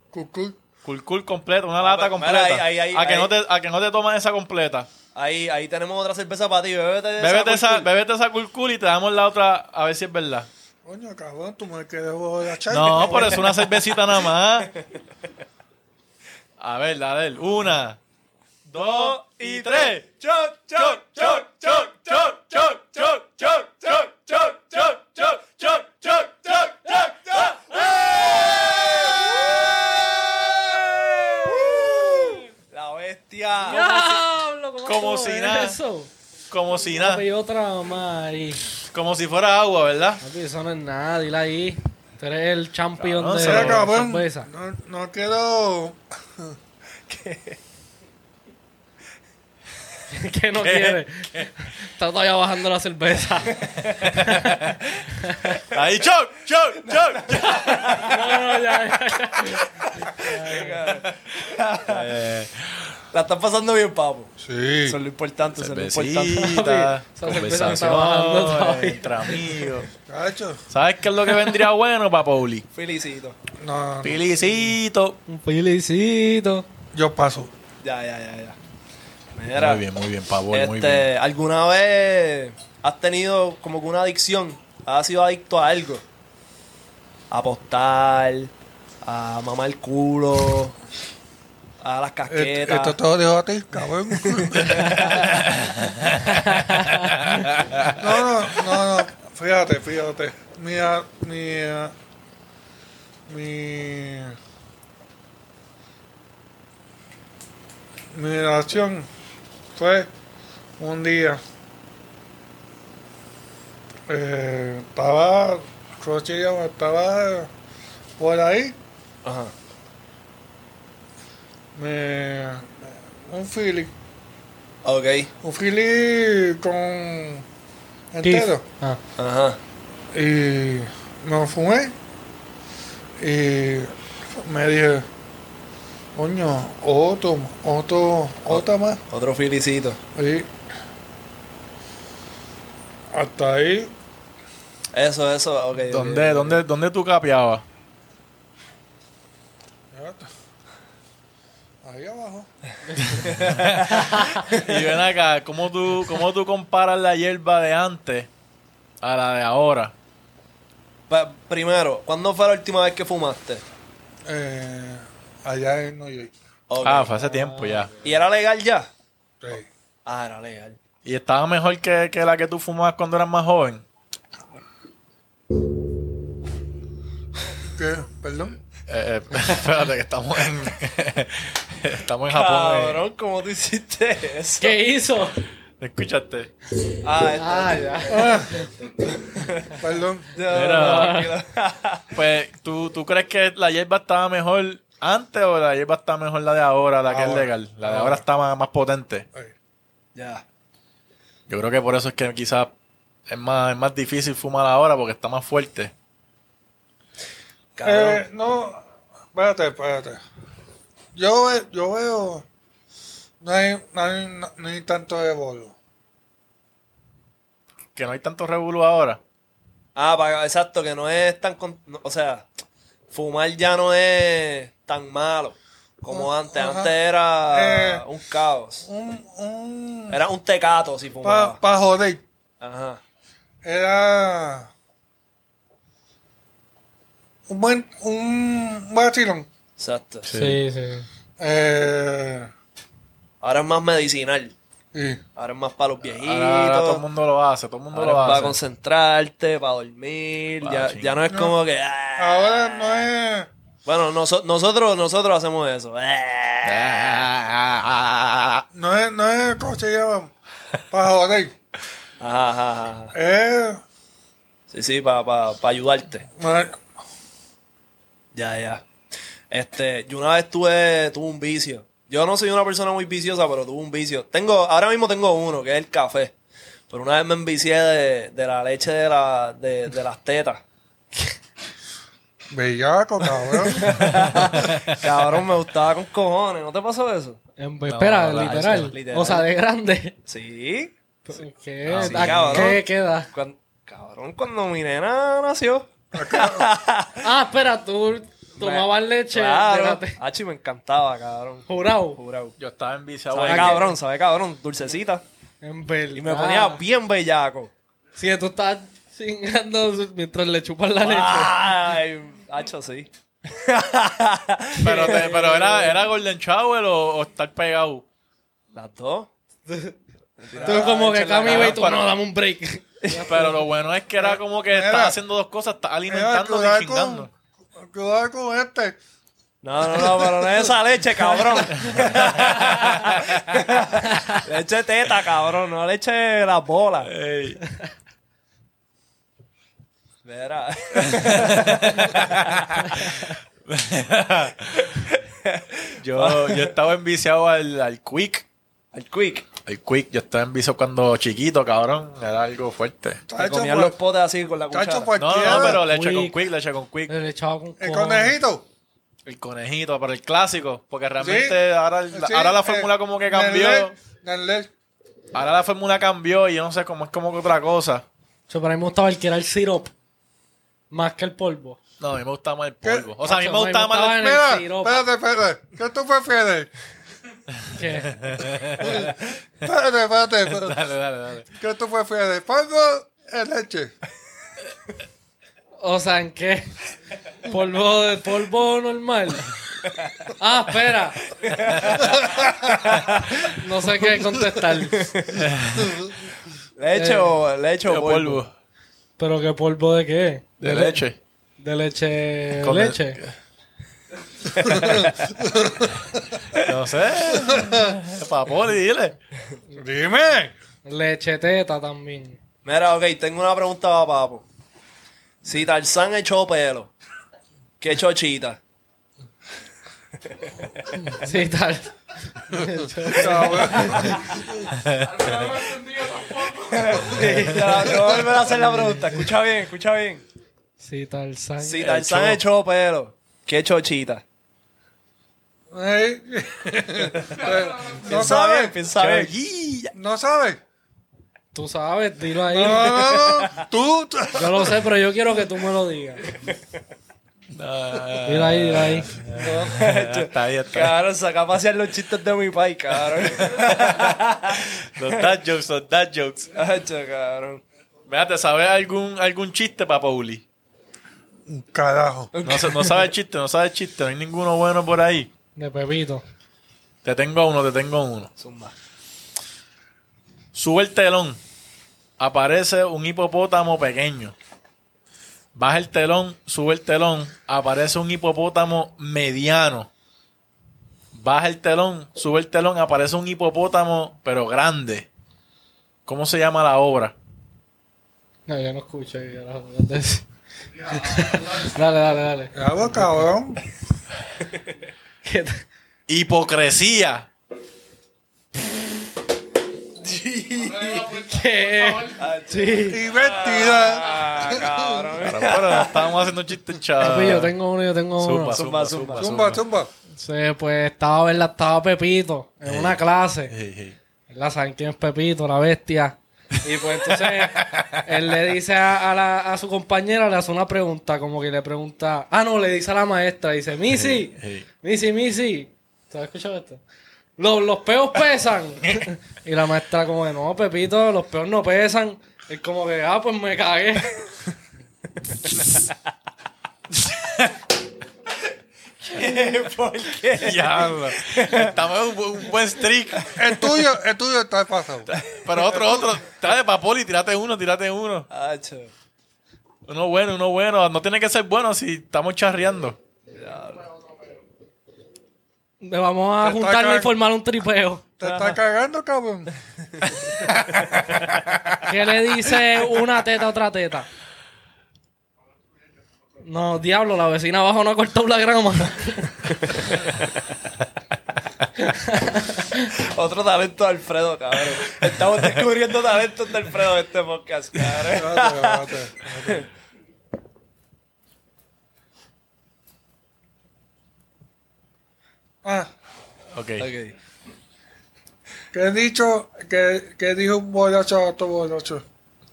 Speaker 1: Cucú.
Speaker 3: Culcul completa, una
Speaker 2: pero-
Speaker 3: lata
Speaker 2: Ah, pues, mira,
Speaker 3: completa.
Speaker 2: ahí, ahí,
Speaker 3: a, que
Speaker 2: ahí.
Speaker 3: No te, a que no te tomas esa completa.
Speaker 2: Ahí, ahí tenemos otra cerveza para ti. Bébete de
Speaker 3: Bébete esa,
Speaker 2: Culcul.
Speaker 3: bébete esa culcul y te damos la otra a ver si
Speaker 2: [laughs]
Speaker 3: es verdad.
Speaker 1: Coño, cabrón, tú me quieres borrachar.
Speaker 3: No, pero es una cervecita nada más. A ver, a ver. Una, dos y tres. Choc, choc, choc, choc, choc, choc, choc, choc, choc, choc, choc, choc, choc, choc, choc, choc, choc. ¡Eh!
Speaker 2: La bestia.
Speaker 5: Diablo, ¿cómo
Speaker 3: Como
Speaker 5: estuvo
Speaker 3: si nada.
Speaker 5: Eso?
Speaker 3: Como si nada,
Speaker 5: Ah, Papi, otra más ahí.
Speaker 3: como si fuera agua, ¿verdad?
Speaker 5: Papi, eso no es nada, dile ahí. Tú eres el champion
Speaker 3: Cabrón,
Speaker 5: de
Speaker 3: será
Speaker 1: Mira, cabrón,
Speaker 3: [laughs]
Speaker 5: cerveza.
Speaker 1: no, no quiero,
Speaker 5: que no quiere. Está todavía bajando la cerveza.
Speaker 3: Ahí, choc, choc, choc.
Speaker 5: no, no, ya, ya, ya.
Speaker 3: Eh,
Speaker 2: La estás pasando bien, papo.
Speaker 1: Sí.
Speaker 2: Eso es lo importante, eso es lo importante.
Speaker 3: Cervecita,
Speaker 5: [laughs] Esa cerveza me está bajando
Speaker 3: Ah, conversación, [laughs]
Speaker 5: todavía.
Speaker 3: entre amigos.
Speaker 1: Cacho.
Speaker 3: ¿Sabes qué es lo que vendría bueno para Pauli?
Speaker 2: Felicito.
Speaker 1: No, no,
Speaker 3: Pilicito.
Speaker 5: Un felicito.
Speaker 1: yo paso.
Speaker 2: Ya, ya, ya, ya. Mira,
Speaker 3: Muy bien, muy bien, Pavol, muy
Speaker 2: este,
Speaker 3: bien.
Speaker 2: ¿alguna vez has tenido como que una adicción? ¿Has sido adicto a algo? A apostar, a mamar el culo, a las
Speaker 1: Este-
Speaker 2: casquetas.
Speaker 1: Esto todo dejó a ti, cabrón. no, no, no, no. Fíjate, fíjate. Mi, a- mi, a- mi, mi relación fue un día. eh, estaba, Rochilla estaba por ahí
Speaker 2: Ajá.
Speaker 1: me, un Philly,
Speaker 2: Ok.
Speaker 1: un Philly con entero.
Speaker 5: Ah,
Speaker 2: Ajá.
Speaker 1: Y me lo fumé y me dije, coño, otro, otro, otra más.
Speaker 2: Otro felicito.
Speaker 1: Y hasta ahí,
Speaker 2: Eso, eso, ok. ok,
Speaker 3: ¿Dónde,
Speaker 2: ok.
Speaker 3: dónde, dónde tú capeabas?
Speaker 1: ya está. ahí abajo.
Speaker 3: Y ven acá, ¿cómo tú, ¿cómo tú comparas la hierba de antes a la de ahora?
Speaker 2: Pa- Pues, primero, ¿cuándo fue la última vez que fumaste?
Speaker 1: eh, allá en New York.
Speaker 2: Ok.
Speaker 3: Ah, fue hace tiempo ya.
Speaker 2: ¿Y era legal ya?
Speaker 1: Sí.
Speaker 2: Ah, era legal.
Speaker 3: ¿Y estaba mejor que, que la que tú fumabas cuando eras más joven?
Speaker 1: ¿Qué? ¿Perdón?
Speaker 3: Eh, [laughs] eh, espérate, que estamos en. [laughs] estamos en Japón. eh.
Speaker 2: Cabrón, ¿cómo tú hiciste eso?
Speaker 5: ¿Qué hizo?
Speaker 3: ¿Me escuchaste?
Speaker 2: Ah, esto-
Speaker 1: Perdón.
Speaker 3: Era-
Speaker 2: No, tranquilo.
Speaker 3: Pues, ¿tú, ¿tú crees que la hierba estaba mejor antes o la hierba está mejor la de ahora, la que es
Speaker 1: Ahora.
Speaker 3: legal? La de ahora está más, más potente.
Speaker 1: Ay,
Speaker 2: ya.
Speaker 3: Yo creo que por eso es que quizás es más, es más difícil fumar ahora porque está más fuerte.
Speaker 2: Cabrón.
Speaker 1: Eh, no, espérate, espérate. Yo, ve- yo veo, no hay, no hay, no, no hay tanto de bolo.
Speaker 3: Que no hay tanto revuelo ahora.
Speaker 2: Ah, pa- exacto, que no es tan. con- no, o sea, fumar ya no es tan malo como
Speaker 1: Ah,
Speaker 2: antes.
Speaker 1: ajá.
Speaker 2: Antes era
Speaker 1: Eh.
Speaker 2: un caos.
Speaker 1: Un, un,
Speaker 2: Era un tecato si
Speaker 1: para
Speaker 2: fumaba.
Speaker 1: joder,
Speaker 2: Ajá.
Speaker 1: era un buen, un vacilón.
Speaker 2: Exacto.
Speaker 5: Sí, sí.
Speaker 1: Eh,
Speaker 2: Ahora es más medicinal.
Speaker 1: y-
Speaker 2: Ahora es más para los viejitos.
Speaker 3: Ahora, ahora todo el mundo lo hace, todo el mundo
Speaker 2: Ahora
Speaker 3: lo
Speaker 2: es para
Speaker 3: hace.
Speaker 2: concentrarte, para dormir.
Speaker 3: Pa'
Speaker 2: ya,
Speaker 3: ching.
Speaker 2: ya no es como que. ah.
Speaker 1: ahora no es,
Speaker 2: Bueno, noso- nosotros, nosotros hacemos eso. Ah.
Speaker 1: no es, no es, ¿cómo se llama? Para joder.
Speaker 2: Ajá, ajá, ajá.
Speaker 1: Es,
Speaker 2: Sí, sí, para ayudarte.
Speaker 1: bueno,
Speaker 2: Ya, ya. Este, yo una vez tuve, tuve un vicio. Yo no soy una persona muy viciosa, pero tuve un vicio. Tengo, ahora mismo tengo uno, que es el café. Pero una vez me envicié de, de la leche de, la, de, de las tetas.
Speaker 1: bellaco, cabrón.
Speaker 2: Cabrón, me gustaba con cojones. ¿No te pasó eso?
Speaker 5: En- Em, pues, espera,
Speaker 3: no, la-
Speaker 5: literal.
Speaker 2: literal.
Speaker 5: O sea, de grande.
Speaker 2: Sí.
Speaker 5: ¿Qué?
Speaker 2: Ah, sí,
Speaker 5: ¿A
Speaker 2: cabrón.
Speaker 5: ¿Qué queda?
Speaker 2: Cuan- cabrón, cuando mi nena nació.
Speaker 5: Ah, espera, tú tomabas leche.
Speaker 2: Claro.
Speaker 5: espérate.
Speaker 2: Hachi, me encantaba, cabrón.
Speaker 5: Jurado.
Speaker 2: Jurado.
Speaker 3: [laughs] Yo estaba enviciado.
Speaker 2: Sabe
Speaker 3: ahí.
Speaker 2: cabrón, sabe cabrón. Dulcecita.
Speaker 5: En verdad.
Speaker 2: Y me ponía bien bellaco.
Speaker 5: Sí, tú estás chingando mientras le chupas
Speaker 2: Ah,
Speaker 5: la leche.
Speaker 2: Ay, hacho, sí.
Speaker 3: Pero, te-
Speaker 1: [laughs]
Speaker 3: pero era, era Golden Shower o, o estar pegado.
Speaker 2: Las dos.
Speaker 5: Tú como que
Speaker 2: leche en la
Speaker 5: Cami
Speaker 2: cara,
Speaker 5: ve y tú,
Speaker 3: para-
Speaker 5: no, dame un break.
Speaker 3: Pero lo bueno es que era como que estás
Speaker 1: Era-
Speaker 3: haciendo dos cosas, estás
Speaker 1: Mira,
Speaker 3: [laughs] alimentando
Speaker 1: cuidado
Speaker 3: y chingando.
Speaker 1: con- Cuidado con este.
Speaker 2: No, no, no, pero no es esa leche, cabrón. leche teta, cabrón. No leche de las bolas.
Speaker 3: Ey.
Speaker 2: Verá.
Speaker 3: Yo, yo estaba enviciado al, al Quick.
Speaker 2: El quick.
Speaker 3: El Quick, yo estaba enviciado cuando chiquito, cabrón. Era algo fuerte.
Speaker 2: Te
Speaker 1: Chacho,
Speaker 2: comían
Speaker 1: cual-
Speaker 2: los potes así con la cuchara.
Speaker 1: chacho,
Speaker 3: No, no,
Speaker 1: cualquiera.
Speaker 3: pero leche con
Speaker 5: Quick.
Speaker 3: Quick, leche con Quick.
Speaker 5: Le echaba con
Speaker 1: El
Speaker 5: cojones.
Speaker 1: conejito.
Speaker 3: El conejito, pero el clásico. Porque realmente
Speaker 1: Sí.
Speaker 3: ahora, la-
Speaker 1: Sí,
Speaker 3: ahora la
Speaker 1: eh,
Speaker 3: fórmula como que cambió.
Speaker 1: Nellet, Nellet.
Speaker 3: Ahora la fórmula cambió y yo no sé cómo es como que otra cosa.
Speaker 5: Yo, para mí me gustaba el que era el sirope. Más que el polvo.
Speaker 3: No, a mí me gustaba más el
Speaker 1: ¿Qué?
Speaker 3: polvo. O sea, a mí me
Speaker 5: Macho, a mí me
Speaker 3: gustaba más
Speaker 5: gustaba
Speaker 3: el...
Speaker 5: en el
Speaker 1: Mira,
Speaker 5: sirope.
Speaker 1: espérate, espérate. ¿Qué tú
Speaker 3: [laughs]
Speaker 1: prefieres?
Speaker 5: Que-
Speaker 1: Espérate, espérate. espérate.
Speaker 3: Dale, dale, dale.
Speaker 1: ¿Qué tú prefieres? ¿Polvo o leche?
Speaker 5: o sea, ¿en qué? Polvo, de, polvo normal. Ah, espera. No sé qué contestar.
Speaker 2: ¿Leche o, leche o
Speaker 3: Eh, Yo
Speaker 2: polvo?
Speaker 3: polvo.
Speaker 5: ¿Pero qué polvo de qué?
Speaker 3: De leche.
Speaker 5: De leche.
Speaker 3: Con el-
Speaker 5: leche.
Speaker 3: [laughs] No sé. Para poli, dile.
Speaker 1: Dime.
Speaker 5: Leche
Speaker 3: [laughs]
Speaker 5: teta también.
Speaker 2: Mira, ok, tengo una pregunta para Papo. Si Tarzán echó pelo, ¿qué
Speaker 3: [laughs]
Speaker 2: chochita?
Speaker 5: Sí, tal.
Speaker 2: Ya, te voy a volver a hacer la pregunta. Escucha bien, escucha bien.
Speaker 5: Sí, tal. san-
Speaker 2: Si Tarzán echó pelo, ¿qué chochita?
Speaker 3: [laughs]
Speaker 1: Ey. no
Speaker 2: Piensa bien,
Speaker 1: sabes.
Speaker 2: piensa bien.
Speaker 1: No sabes.
Speaker 5: Tú sabes, dilo ahí.
Speaker 1: No, no, no. Tú. tú-
Speaker 5: Yo lo sé, pero yo quiero que tú me lo
Speaker 3: [laughs]
Speaker 5: digas.
Speaker 3: No,
Speaker 5: Dilo ahí, dilo ahí.
Speaker 2: [laughs]
Speaker 3: está ahí, está ahí.
Speaker 2: Cabrón, saca a pasear los chistes de mi país, cabrón.
Speaker 3: [laughs] Los dad jokes, los dad jokes.
Speaker 2: Hacho, cabrón.
Speaker 3: Mira, ¿te sabes algún, algún chiste para Pauli?
Speaker 1: Carajo.
Speaker 3: No, sé- no sabe el chiste, no sabe el chiste. No hay ninguno bueno por ahí.
Speaker 5: De Pepito.
Speaker 3: Te tengo uno, te tengo uno.
Speaker 2: Zumba.
Speaker 3: Sube el telón. Aparece un hipopótamo pequeño. Baja el telón, sube el telón. Aparece un hipopótamo mediano. Baja el telón, sube el telón. Aparece un hipopótamo, pero grande. ¿Cómo se llama la obra?
Speaker 5: No, yo no escucho. yo no- no te-
Speaker 1: [laughs]
Speaker 5: dale, dale, dale.
Speaker 1: Carajo, cabrón.
Speaker 5: ¿Qué te-
Speaker 3: Hipocresía.
Speaker 5: ¿Qué? Sí.
Speaker 1: Y vestida.
Speaker 2: Ah, cabrón.
Speaker 3: Pero, pero no estábamos haciendo chistes chavos.
Speaker 5: Papi, yo tengo uno, yo tengo uno.
Speaker 3: Zumba, zumba, zumba,
Speaker 1: Zumba, zumba.
Speaker 5: Sí, pues estaba, ¿verdad? Estaba Pepito
Speaker 3: Eh,
Speaker 5: en una clase.
Speaker 3: Ey, ey.
Speaker 5: ¿Verdad? ¿Saben quién es Pepito, la bestia? Y pues
Speaker 1: [laughs]
Speaker 5: entonces él le dice a, a la- a su compañera, le hace una pregunta, como que le pregunta, ah, no, le dice a la maestra, dice, Missy,
Speaker 3: Ey.
Speaker 5: Missy, Missy, ¿te has escuchado esto? Los, los peos pesan.
Speaker 1: [laughs]
Speaker 5: y la maestra como de, no, Pepito, los peos no pesan. Él como que, ah, pues me cagué.
Speaker 2: [laughs] ¿Por qué?
Speaker 3: Diablo. Estamos en un, un buen streak.
Speaker 1: El tuyo, el tuyo está pasado.
Speaker 3: Pero otro, otro. Trae para Poli, tírate uno, tírate uno.
Speaker 2: Hacho.
Speaker 3: Uno bueno, uno bueno. No tiene que ser bueno si estamos charreando.
Speaker 5: Le vamos a
Speaker 1: Te está
Speaker 5: juntarnos y
Speaker 1: cagando.
Speaker 5: formar un tripeo.
Speaker 1: Te está cagando, cabrón.
Speaker 5: ¿Qué le dice una teta a otra teta? No, diablo, la vecina abajo no ha cortado la grama.
Speaker 2: Otro talento de Alfredo, cabrón. Estamos descubriendo talentos de Alfredo en este podcast, cabrón.
Speaker 1: Espérate, espérate. Ah,
Speaker 3: Ok.
Speaker 2: Ok.
Speaker 1: que he dicho, que, que dijo un borracho a otro borracho.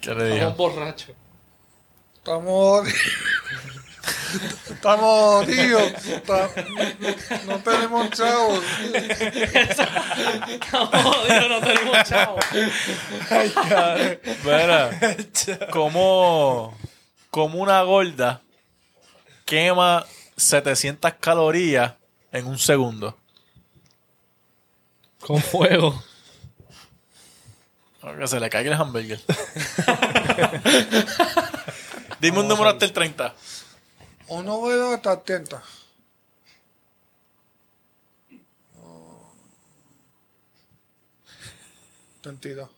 Speaker 3: ¿Qué le
Speaker 5: Un
Speaker 3: dijo?
Speaker 5: borracho. [laughs]
Speaker 1: Estamos. Estamos tíos. No tenemos chavos.
Speaker 5: No, Dios, no tenemos chavo.
Speaker 3: [laughs] Mira, como, como una gorda quema 700 calorías en un segundo.
Speaker 5: Con fuego.
Speaker 3: No, Que se le caiga el [laughs] hamburger. Dime un número hasta el 30.
Speaker 1: Uno bueno está atento. Sentido.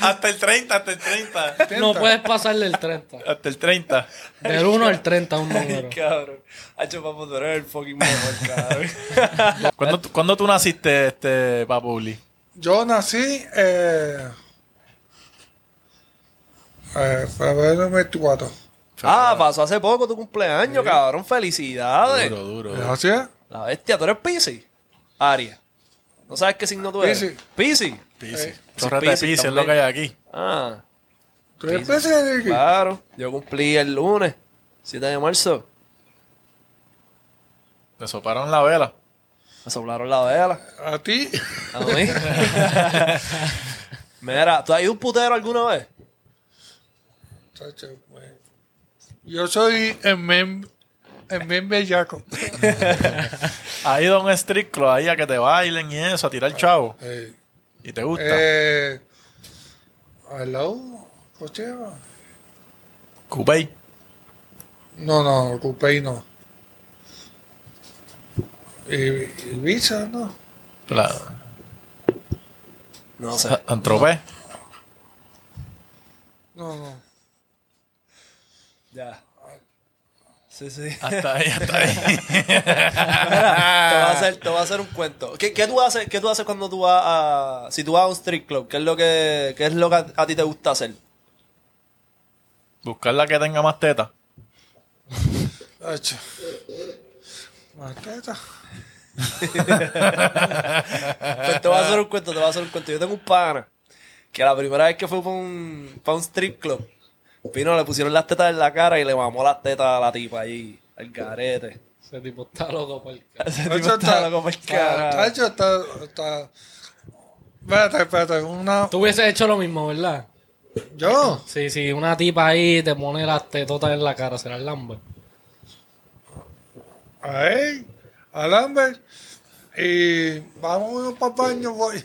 Speaker 3: Hasta el 30, hasta el 30.
Speaker 5: No puedes pasarle el 30.
Speaker 3: Hasta el 30.
Speaker 5: Del 1 al 30 un
Speaker 2: Ay,
Speaker 5: número.
Speaker 2: cabrón. Hacho, papo, tú eres el fucking mejor, cabrón.
Speaker 3: [laughs] ¿Cuándo, tú- cuándo tú naciste, este, Papuli?
Speaker 1: Yo nací eh, eh, febrero 24.
Speaker 2: Ah, pasó hace poco tu cumpleaños, cabrón. Felicidades.
Speaker 3: Duro, duro.
Speaker 1: Gracias.
Speaker 2: La bestia, tú eres Pisces. Aries. ¿No sabes qué signo tú eres?
Speaker 1: Piscis.
Speaker 2: Pisces.
Speaker 3: Pisi.
Speaker 1: Sí,
Speaker 3: Chorrete
Speaker 2: Pisi
Speaker 3: Pisi es
Speaker 2: también.
Speaker 3: lo que hay aquí.
Speaker 2: Ah,
Speaker 1: ¿Tú eres presidente, Ricky?
Speaker 2: claro. Yo cumplí el lunes, 7 de marzo.
Speaker 3: Me soparon la vela.
Speaker 2: Me soplaron la vela.
Speaker 1: A ti.
Speaker 2: A mí. Mira, ¿tú has ido a un putero alguna vez?
Speaker 1: Chacho, güey. Yo soy el men, el men bellaco.
Speaker 3: Ha ido a un street club ahí a que te bailen y eso, a tirar chavo.
Speaker 1: Eh,
Speaker 3: Y te gusta.
Speaker 1: eh, al lado, cocheva.
Speaker 3: Coupé.
Speaker 1: No, no, Cupey no. Y, y Visa, no.
Speaker 3: La...
Speaker 2: No
Speaker 3: Ah.
Speaker 2: sé.
Speaker 3: Antropé.
Speaker 1: No, no.
Speaker 2: Ya. Sí, sí.
Speaker 3: Hasta ahí, hasta ahí.
Speaker 2: Mira, te voy a hacer, te voy a hacer un cuento. ¿Qué, qué tú haces, qué tú haces cuando tú vas a... Si tú vas a un street club, ¿qué es lo que, qué es lo que a, a ti te gusta hacer?
Speaker 3: Buscar la que tenga más teta.
Speaker 1: Hacho. Mateta.
Speaker 2: Pues te voy a hacer un cuento, te voy a hacer un cuento. Yo tengo un pana que la primera vez que fue para un, pa' un strip club, vino, le pusieron las tetas en la cara y le mamó las tetas a la tipa ahí, al garete. [laughs]
Speaker 5: Ese tipo está loco por el carajo.
Speaker 1: [laughs]
Speaker 2: Ese tipo
Speaker 1: Hacho,
Speaker 2: está loco pa'l carajo.
Speaker 1: Hacho, está, está. Espérate, espérate. Una.
Speaker 5: Tú hubieses hecho lo mismo, ¿verdad?
Speaker 1: Yo.
Speaker 5: Sí, sí, una tipa ahí te pone las tetotas en la cara, será el lambe.
Speaker 1: Ahí. Alambre. Y vamos para el baño. Voy.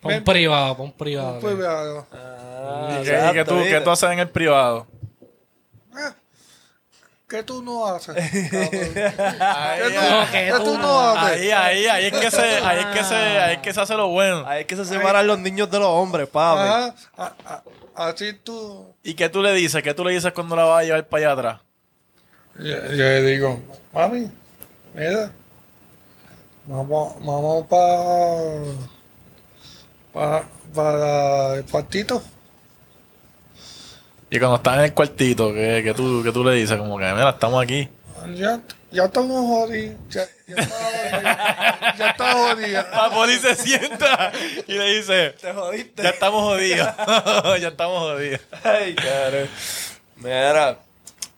Speaker 5: Pon
Speaker 1: Ven,
Speaker 5: privado, pon privado.
Speaker 1: pues, vea,
Speaker 2: Ah,
Speaker 3: ¿Y qué, y qué
Speaker 2: exacto,
Speaker 3: tú,
Speaker 2: ¿viste?
Speaker 3: qué tú haces en el privado?
Speaker 1: eh, ¿Qué tú no haces? cabrón?
Speaker 3: Ahí,
Speaker 1: ¿Qué tú,
Speaker 3: ahí,
Speaker 5: que
Speaker 1: qué
Speaker 5: tú
Speaker 1: pues, tú no
Speaker 5: no
Speaker 1: haces?
Speaker 3: ahí, ahí, ahí es que se, ahí es que se, ahí es que se hace lo bueno.
Speaker 2: Ahí es que se separan los niños de los hombres, papi.
Speaker 1: Ajá, a- a- así tú.
Speaker 3: ¿Y qué tú le dices? ¿Qué tú le dices cuando la vas a llevar para allá atrás?
Speaker 1: Yo, yo le digo, mami, mira, vamos, vamos para para el cuartito.
Speaker 3: Y cuando estás en el cuartito, ¿qué, qué tú, qué tú le dices? Como que, mira, estamos aquí.
Speaker 1: Pues Ya, ya estamos jodidos, ya, ya estamos jodidos, ya estamos jodidos.
Speaker 3: Papoli se sienta y le dice,
Speaker 2: Te jodiste.
Speaker 3: ya estamos jodidos. [laughs] ya estamos jodidos.
Speaker 2: Ay, cabrón. Mira,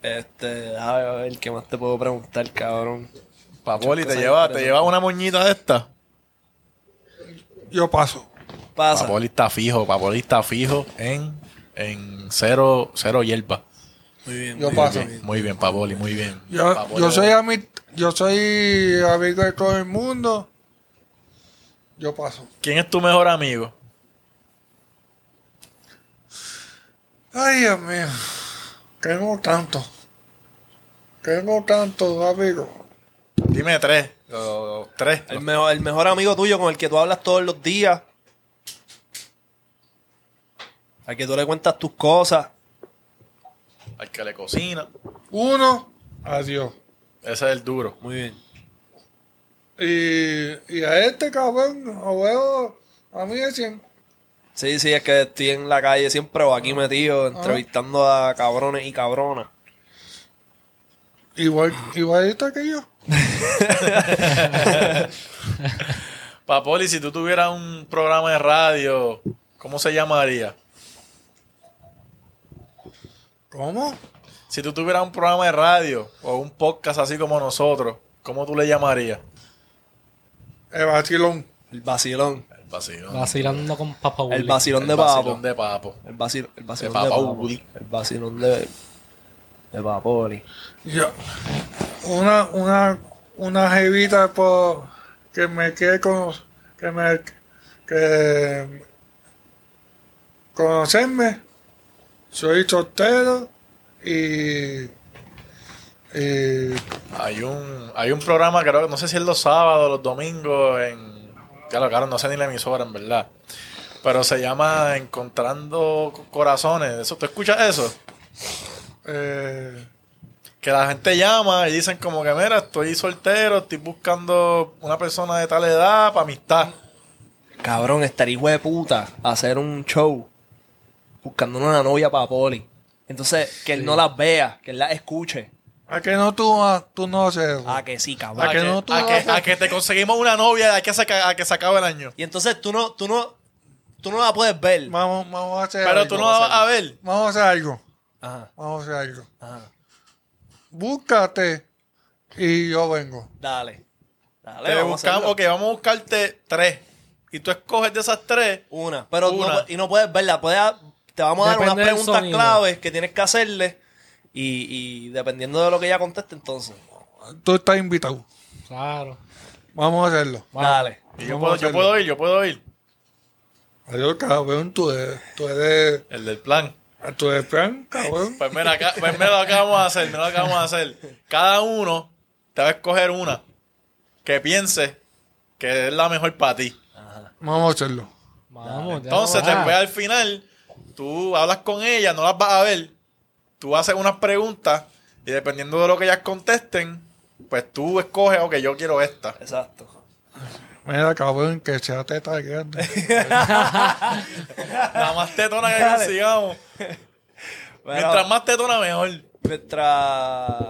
Speaker 2: este, a ver qué más te puedo preguntar, cabrón.
Speaker 3: Papoli, te
Speaker 2: Cosas
Speaker 3: lleva, te
Speaker 2: interesantes.
Speaker 3: lleva una moñita de esta.
Speaker 1: Yo paso.
Speaker 2: Pasa.
Speaker 3: Papoli está fijo, Papoli está fijo en, en cero, cero hierba.
Speaker 2: Muy bien.
Speaker 1: Yo
Speaker 2: muy
Speaker 1: paso.
Speaker 2: bien.
Speaker 3: Muy bien, Papoli, muy bien.
Speaker 1: Yo,
Speaker 3: Papoli,
Speaker 1: yo soy ami- yo soy amigo de todo el mundo. Yo paso.
Speaker 3: ¿Quién es tu mejor amigo?
Speaker 1: Ay, Dios mío. Tengo tanto. Tengo tanto, amigos.
Speaker 3: Dime tres. o- o tres.
Speaker 2: El, mejor, el mejor amigo tuyo con el que tú hablas todos los días. Al que tú le cuentas tus cosas.
Speaker 3: Al que le cocina.
Speaker 1: Uno, adiós.
Speaker 3: Ese es el duro.
Speaker 2: Muy bien.
Speaker 1: Y, y a este cabrón, a huevo, a mí es cien.
Speaker 2: Sí, sí, es que estoy en la calle siempre o
Speaker 3: Ah.
Speaker 2: aquí metido entrevistando a cabrones y cabronas.
Speaker 1: Igual, igualita que yo.
Speaker 3: Papoli, si tú tuvieras un programa de radio, ¿cómo se llamaría?
Speaker 1: ¿Cómo?
Speaker 3: Si tú tuvieras un programa de radio o un podcast así como nosotros, ¿cómo tú le llamarías?
Speaker 1: El vacilón.
Speaker 2: El vacilón.
Speaker 3: El vacilón.
Speaker 5: Vacilando con papá
Speaker 2: El
Speaker 5: Willy.
Speaker 2: vacilón de
Speaker 3: El vacilón
Speaker 2: papo.
Speaker 3: de papo.
Speaker 2: El vacil- el vacilón
Speaker 3: De
Speaker 2: de
Speaker 3: Papa
Speaker 2: papo.
Speaker 3: Uli.
Speaker 2: El vacilón de, de Papoli.
Speaker 1: Yo, una, una, una jevita por, que me quede con, que me, que conocerme. Soy soltero y, y
Speaker 3: Hay un, hay un programa, creo que no sé si es los sábados, los domingos, en. Claro, claro, no sé ni la emisora, en verdad. Pero se llama Encontrando Co- Corazones. Eso, ¿Tú escuchas eso?
Speaker 1: eh,
Speaker 3: Que la gente llama y dicen como que, mira, estoy soltero, estoy buscando una persona de tal edad para amistad.
Speaker 2: Cabrón, estaría hijo de puta hacer un show buscando una novia para Poli. Entonces, que él no las vea, que él las escuche.
Speaker 1: ¿A que no tú, ah, tú no haces eso?
Speaker 2: Ah, que sí, cabrón.
Speaker 1: ¿A que no tú
Speaker 3: a, que,
Speaker 1: haces?
Speaker 3: a que te conseguimos una novia a que se, ca- a que se acabe el año.
Speaker 2: Y entonces tú no, tú no, tú no la puedes ver.
Speaker 1: Vamos, vamos a hacer
Speaker 3: Pero
Speaker 1: algo.
Speaker 3: tú no vas a ver.
Speaker 1: Vamos a hacer algo.
Speaker 2: Ajá,
Speaker 1: Vamos a hacer algo.
Speaker 2: ajá.
Speaker 1: Búscate y yo vengo.
Speaker 2: Dale. Dale,
Speaker 3: Te
Speaker 2: vamos a hacerlo.
Speaker 3: buscamos, ok, vamos a buscarte tres. Y tú escoges de esas tres.
Speaker 2: Una. Pero no
Speaker 3: Una.
Speaker 2: pu- y no puedes verla. Puedes, te vamos a dar
Speaker 5: Depende
Speaker 2: unas
Speaker 5: del
Speaker 2: preguntas
Speaker 5: sonido.
Speaker 2: claves que tienes que hacerle. Y, y dependiendo de lo que ella conteste, entonces.
Speaker 1: Tú estás invitado.
Speaker 5: Claro.
Speaker 1: Vamos a hacerlo.
Speaker 2: Dale.
Speaker 3: Y yo
Speaker 1: Vamos
Speaker 3: puedo,
Speaker 1: a
Speaker 3: yo
Speaker 1: hacerlo.
Speaker 3: puedo ir, yo puedo ir.
Speaker 1: Adiós, cabrón. Tú eres, tú eres,
Speaker 3: El del plan.
Speaker 1: tú eres plan, cabrón.
Speaker 3: Pues mira, acá- pues mira lo que vamos a hacer, mira lo que vamos a hacer. Cada uno te va a escoger una que piense que es la mejor para ti.
Speaker 1: Vamos a hacerlo.
Speaker 5: Vamos, ya
Speaker 3: Entonces,
Speaker 5: vamos a-
Speaker 3: después al final, tú hablas con ella, no las vas a ver. Tú haces unas preguntas y dependiendo de lo que ellas contesten, pues tú escoges, ok, yo quiero esta.
Speaker 2: Exacto.
Speaker 1: Mira, cabrón, que sea teta grande.
Speaker 3: La más tetona que
Speaker 2: Dale.
Speaker 3: consigamos.
Speaker 2: Pero-
Speaker 3: Mientras más tetona, mejor.
Speaker 2: Mientras.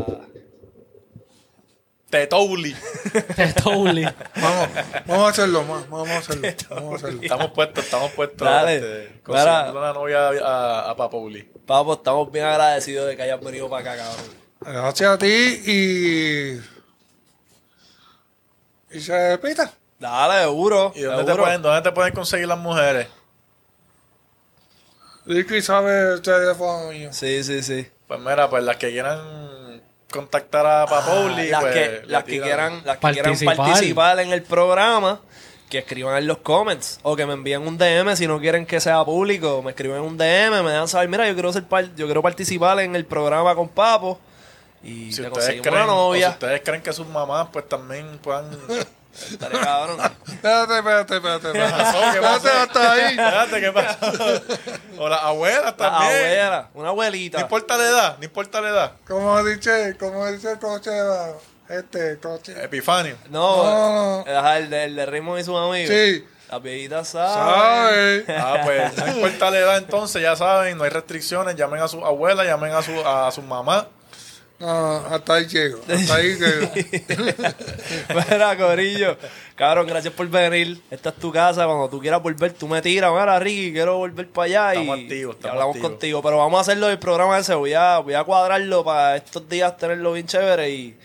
Speaker 3: Tetouli.
Speaker 5: Ah, [laughs] Totally.
Speaker 1: Vamos, vamos a hacerlo, ma- vamos a hacerlo. Vamos a hacerlo.
Speaker 3: Estamos puestos, estamos puestos.
Speaker 2: Dale.
Speaker 3: este,
Speaker 2: Para.
Speaker 3: consiguiendo una novia a, a Papauli.
Speaker 2: Papo, estamos bien agradecidos de que hayas venido para acá, cabrón.
Speaker 1: Gracias a ti y. Y se repita.
Speaker 2: Dale, seguro.
Speaker 3: ¿Y dónde te,
Speaker 2: seguro.
Speaker 3: pueden, dónde te pueden conseguir las mujeres?
Speaker 1: Ricky sabe el teléfono mío.
Speaker 2: Sí, sí, sí.
Speaker 3: Pues mira, pues las que quieran contactar a Papauli.
Speaker 2: Ah, las
Speaker 3: pues,
Speaker 2: que,
Speaker 3: le
Speaker 2: las que
Speaker 3: tiran.
Speaker 2: quieran, las que quieran
Speaker 5: Participar.
Speaker 2: participar en el programa, que escriban en los comments o que me envíen un DM si no quieren que sea público, me escriben un DM, me dejan saber, mira, yo quiero ser par- yo quiero participar en el programa con Papo y
Speaker 3: Si
Speaker 2: te
Speaker 3: ustedes,
Speaker 2: conseguimos
Speaker 3: creen,
Speaker 2: una
Speaker 3: o si
Speaker 2: novia.
Speaker 3: ustedes creen que sus mamás pues también puedan...
Speaker 2: [laughs] Estaría
Speaker 3: [laughs]
Speaker 2: cabrón.
Speaker 1: Espérate, espérate, espérate. espérate.
Speaker 3: Pasó, ¿qué
Speaker 1: Espérate
Speaker 3: pasó?
Speaker 1: hasta ahí.
Speaker 3: Espérate, ¿qué pasó? O las abuelas
Speaker 2: La
Speaker 3: también.
Speaker 2: abuela, una
Speaker 3: No
Speaker 2: abuelita.
Speaker 3: importa la edad, no importa la edad.
Speaker 1: Como dice, como dice el coche, la- este
Speaker 3: Eh,
Speaker 1: coche.
Speaker 3: Epifanio.
Speaker 2: No,
Speaker 1: No, no.
Speaker 2: ajá, el de, el de Raymond y sus
Speaker 3: eh,
Speaker 2: amigos.
Speaker 1: Sí.
Speaker 2: Las viejitas
Speaker 1: ¿Sabes?
Speaker 2: saben.
Speaker 3: Ah, pues no importa la edad entonces, ya saben, no hay restricciones, llamen a sus abuelas, llamen a su, a su mamá.
Speaker 1: No, hasta ahí llego. Hasta ahí
Speaker 2: [laughs]
Speaker 1: llego.
Speaker 2: Mira, Corillo, cabrón, gracias por venir. Esta es tu casa. Cuando tú quieras volver, tú me tiras. Mira, Ricky, quiero volver para allá.
Speaker 3: Estamos
Speaker 2: y,
Speaker 3: activos,
Speaker 2: y
Speaker 3: estamos
Speaker 2: hablamos
Speaker 3: activos.
Speaker 2: contigo. Pero vamos a hacerlo del programa ese. Voy a, voy a cuadrarlo para estos días tenerlo bien chévere y,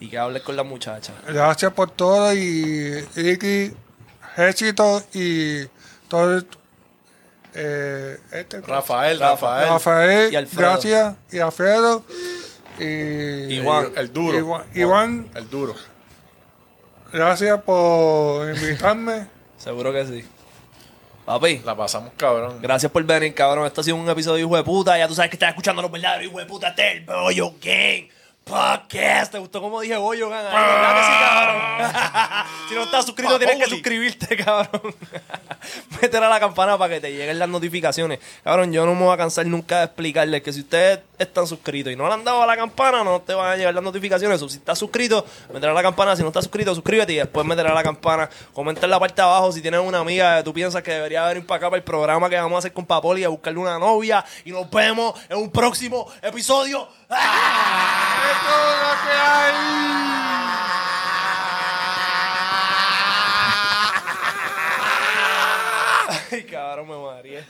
Speaker 2: y que hables con la muchacha.
Speaker 1: Gracias por todo y Ricky, éxito y todo. Eh, este
Speaker 3: Rafael,
Speaker 2: Rafa.
Speaker 3: Rafael.
Speaker 1: Rafael,
Speaker 2: y Alfredo.
Speaker 1: gracias, y Alfredo, y
Speaker 2: Y
Speaker 3: Iván,
Speaker 2: Juan.
Speaker 3: el duro.
Speaker 1: y Juan- y Juan,
Speaker 3: El duro.
Speaker 1: gracias por invitarme.
Speaker 2: Seguro que sí. Papi.
Speaker 3: La pasamos cabrón.
Speaker 2: Gracias por venir, cabrón. Esto ha sido un episodio hijo de puta. Ya tú sabes que estás escuchando los verdaderos hijo de puta. Este es el Bollo Gang Podcast. ¿Te gustó cómo dije Bollo Gang? Ay, ¿verdad que sí, cabrón? [laughs] si no estás suscrito, tienes que
Speaker 3: Pauli.
Speaker 2: suscribirte, [laughs] cabrón. Meter a la campana para que te lleguen las notificaciones. Cabrón, yo no me voy a cansar nunca de explicarles que si ustedes están suscritos y no le han dado a la campana, no te van a llegar las notificaciones. O si estás suscrito, meter a la campana. Si no estás suscrito, suscríbete y después meter a la campana. Comenta en la parte de abajo si tienes una amiga que tú piensas que debería venir para acá para el programa que vamos a hacer con Papoli a buscarle una novia. Y nos vemos en un próximo episodio. [laughs] ¡Ah! Ay, cabrón, me mareé.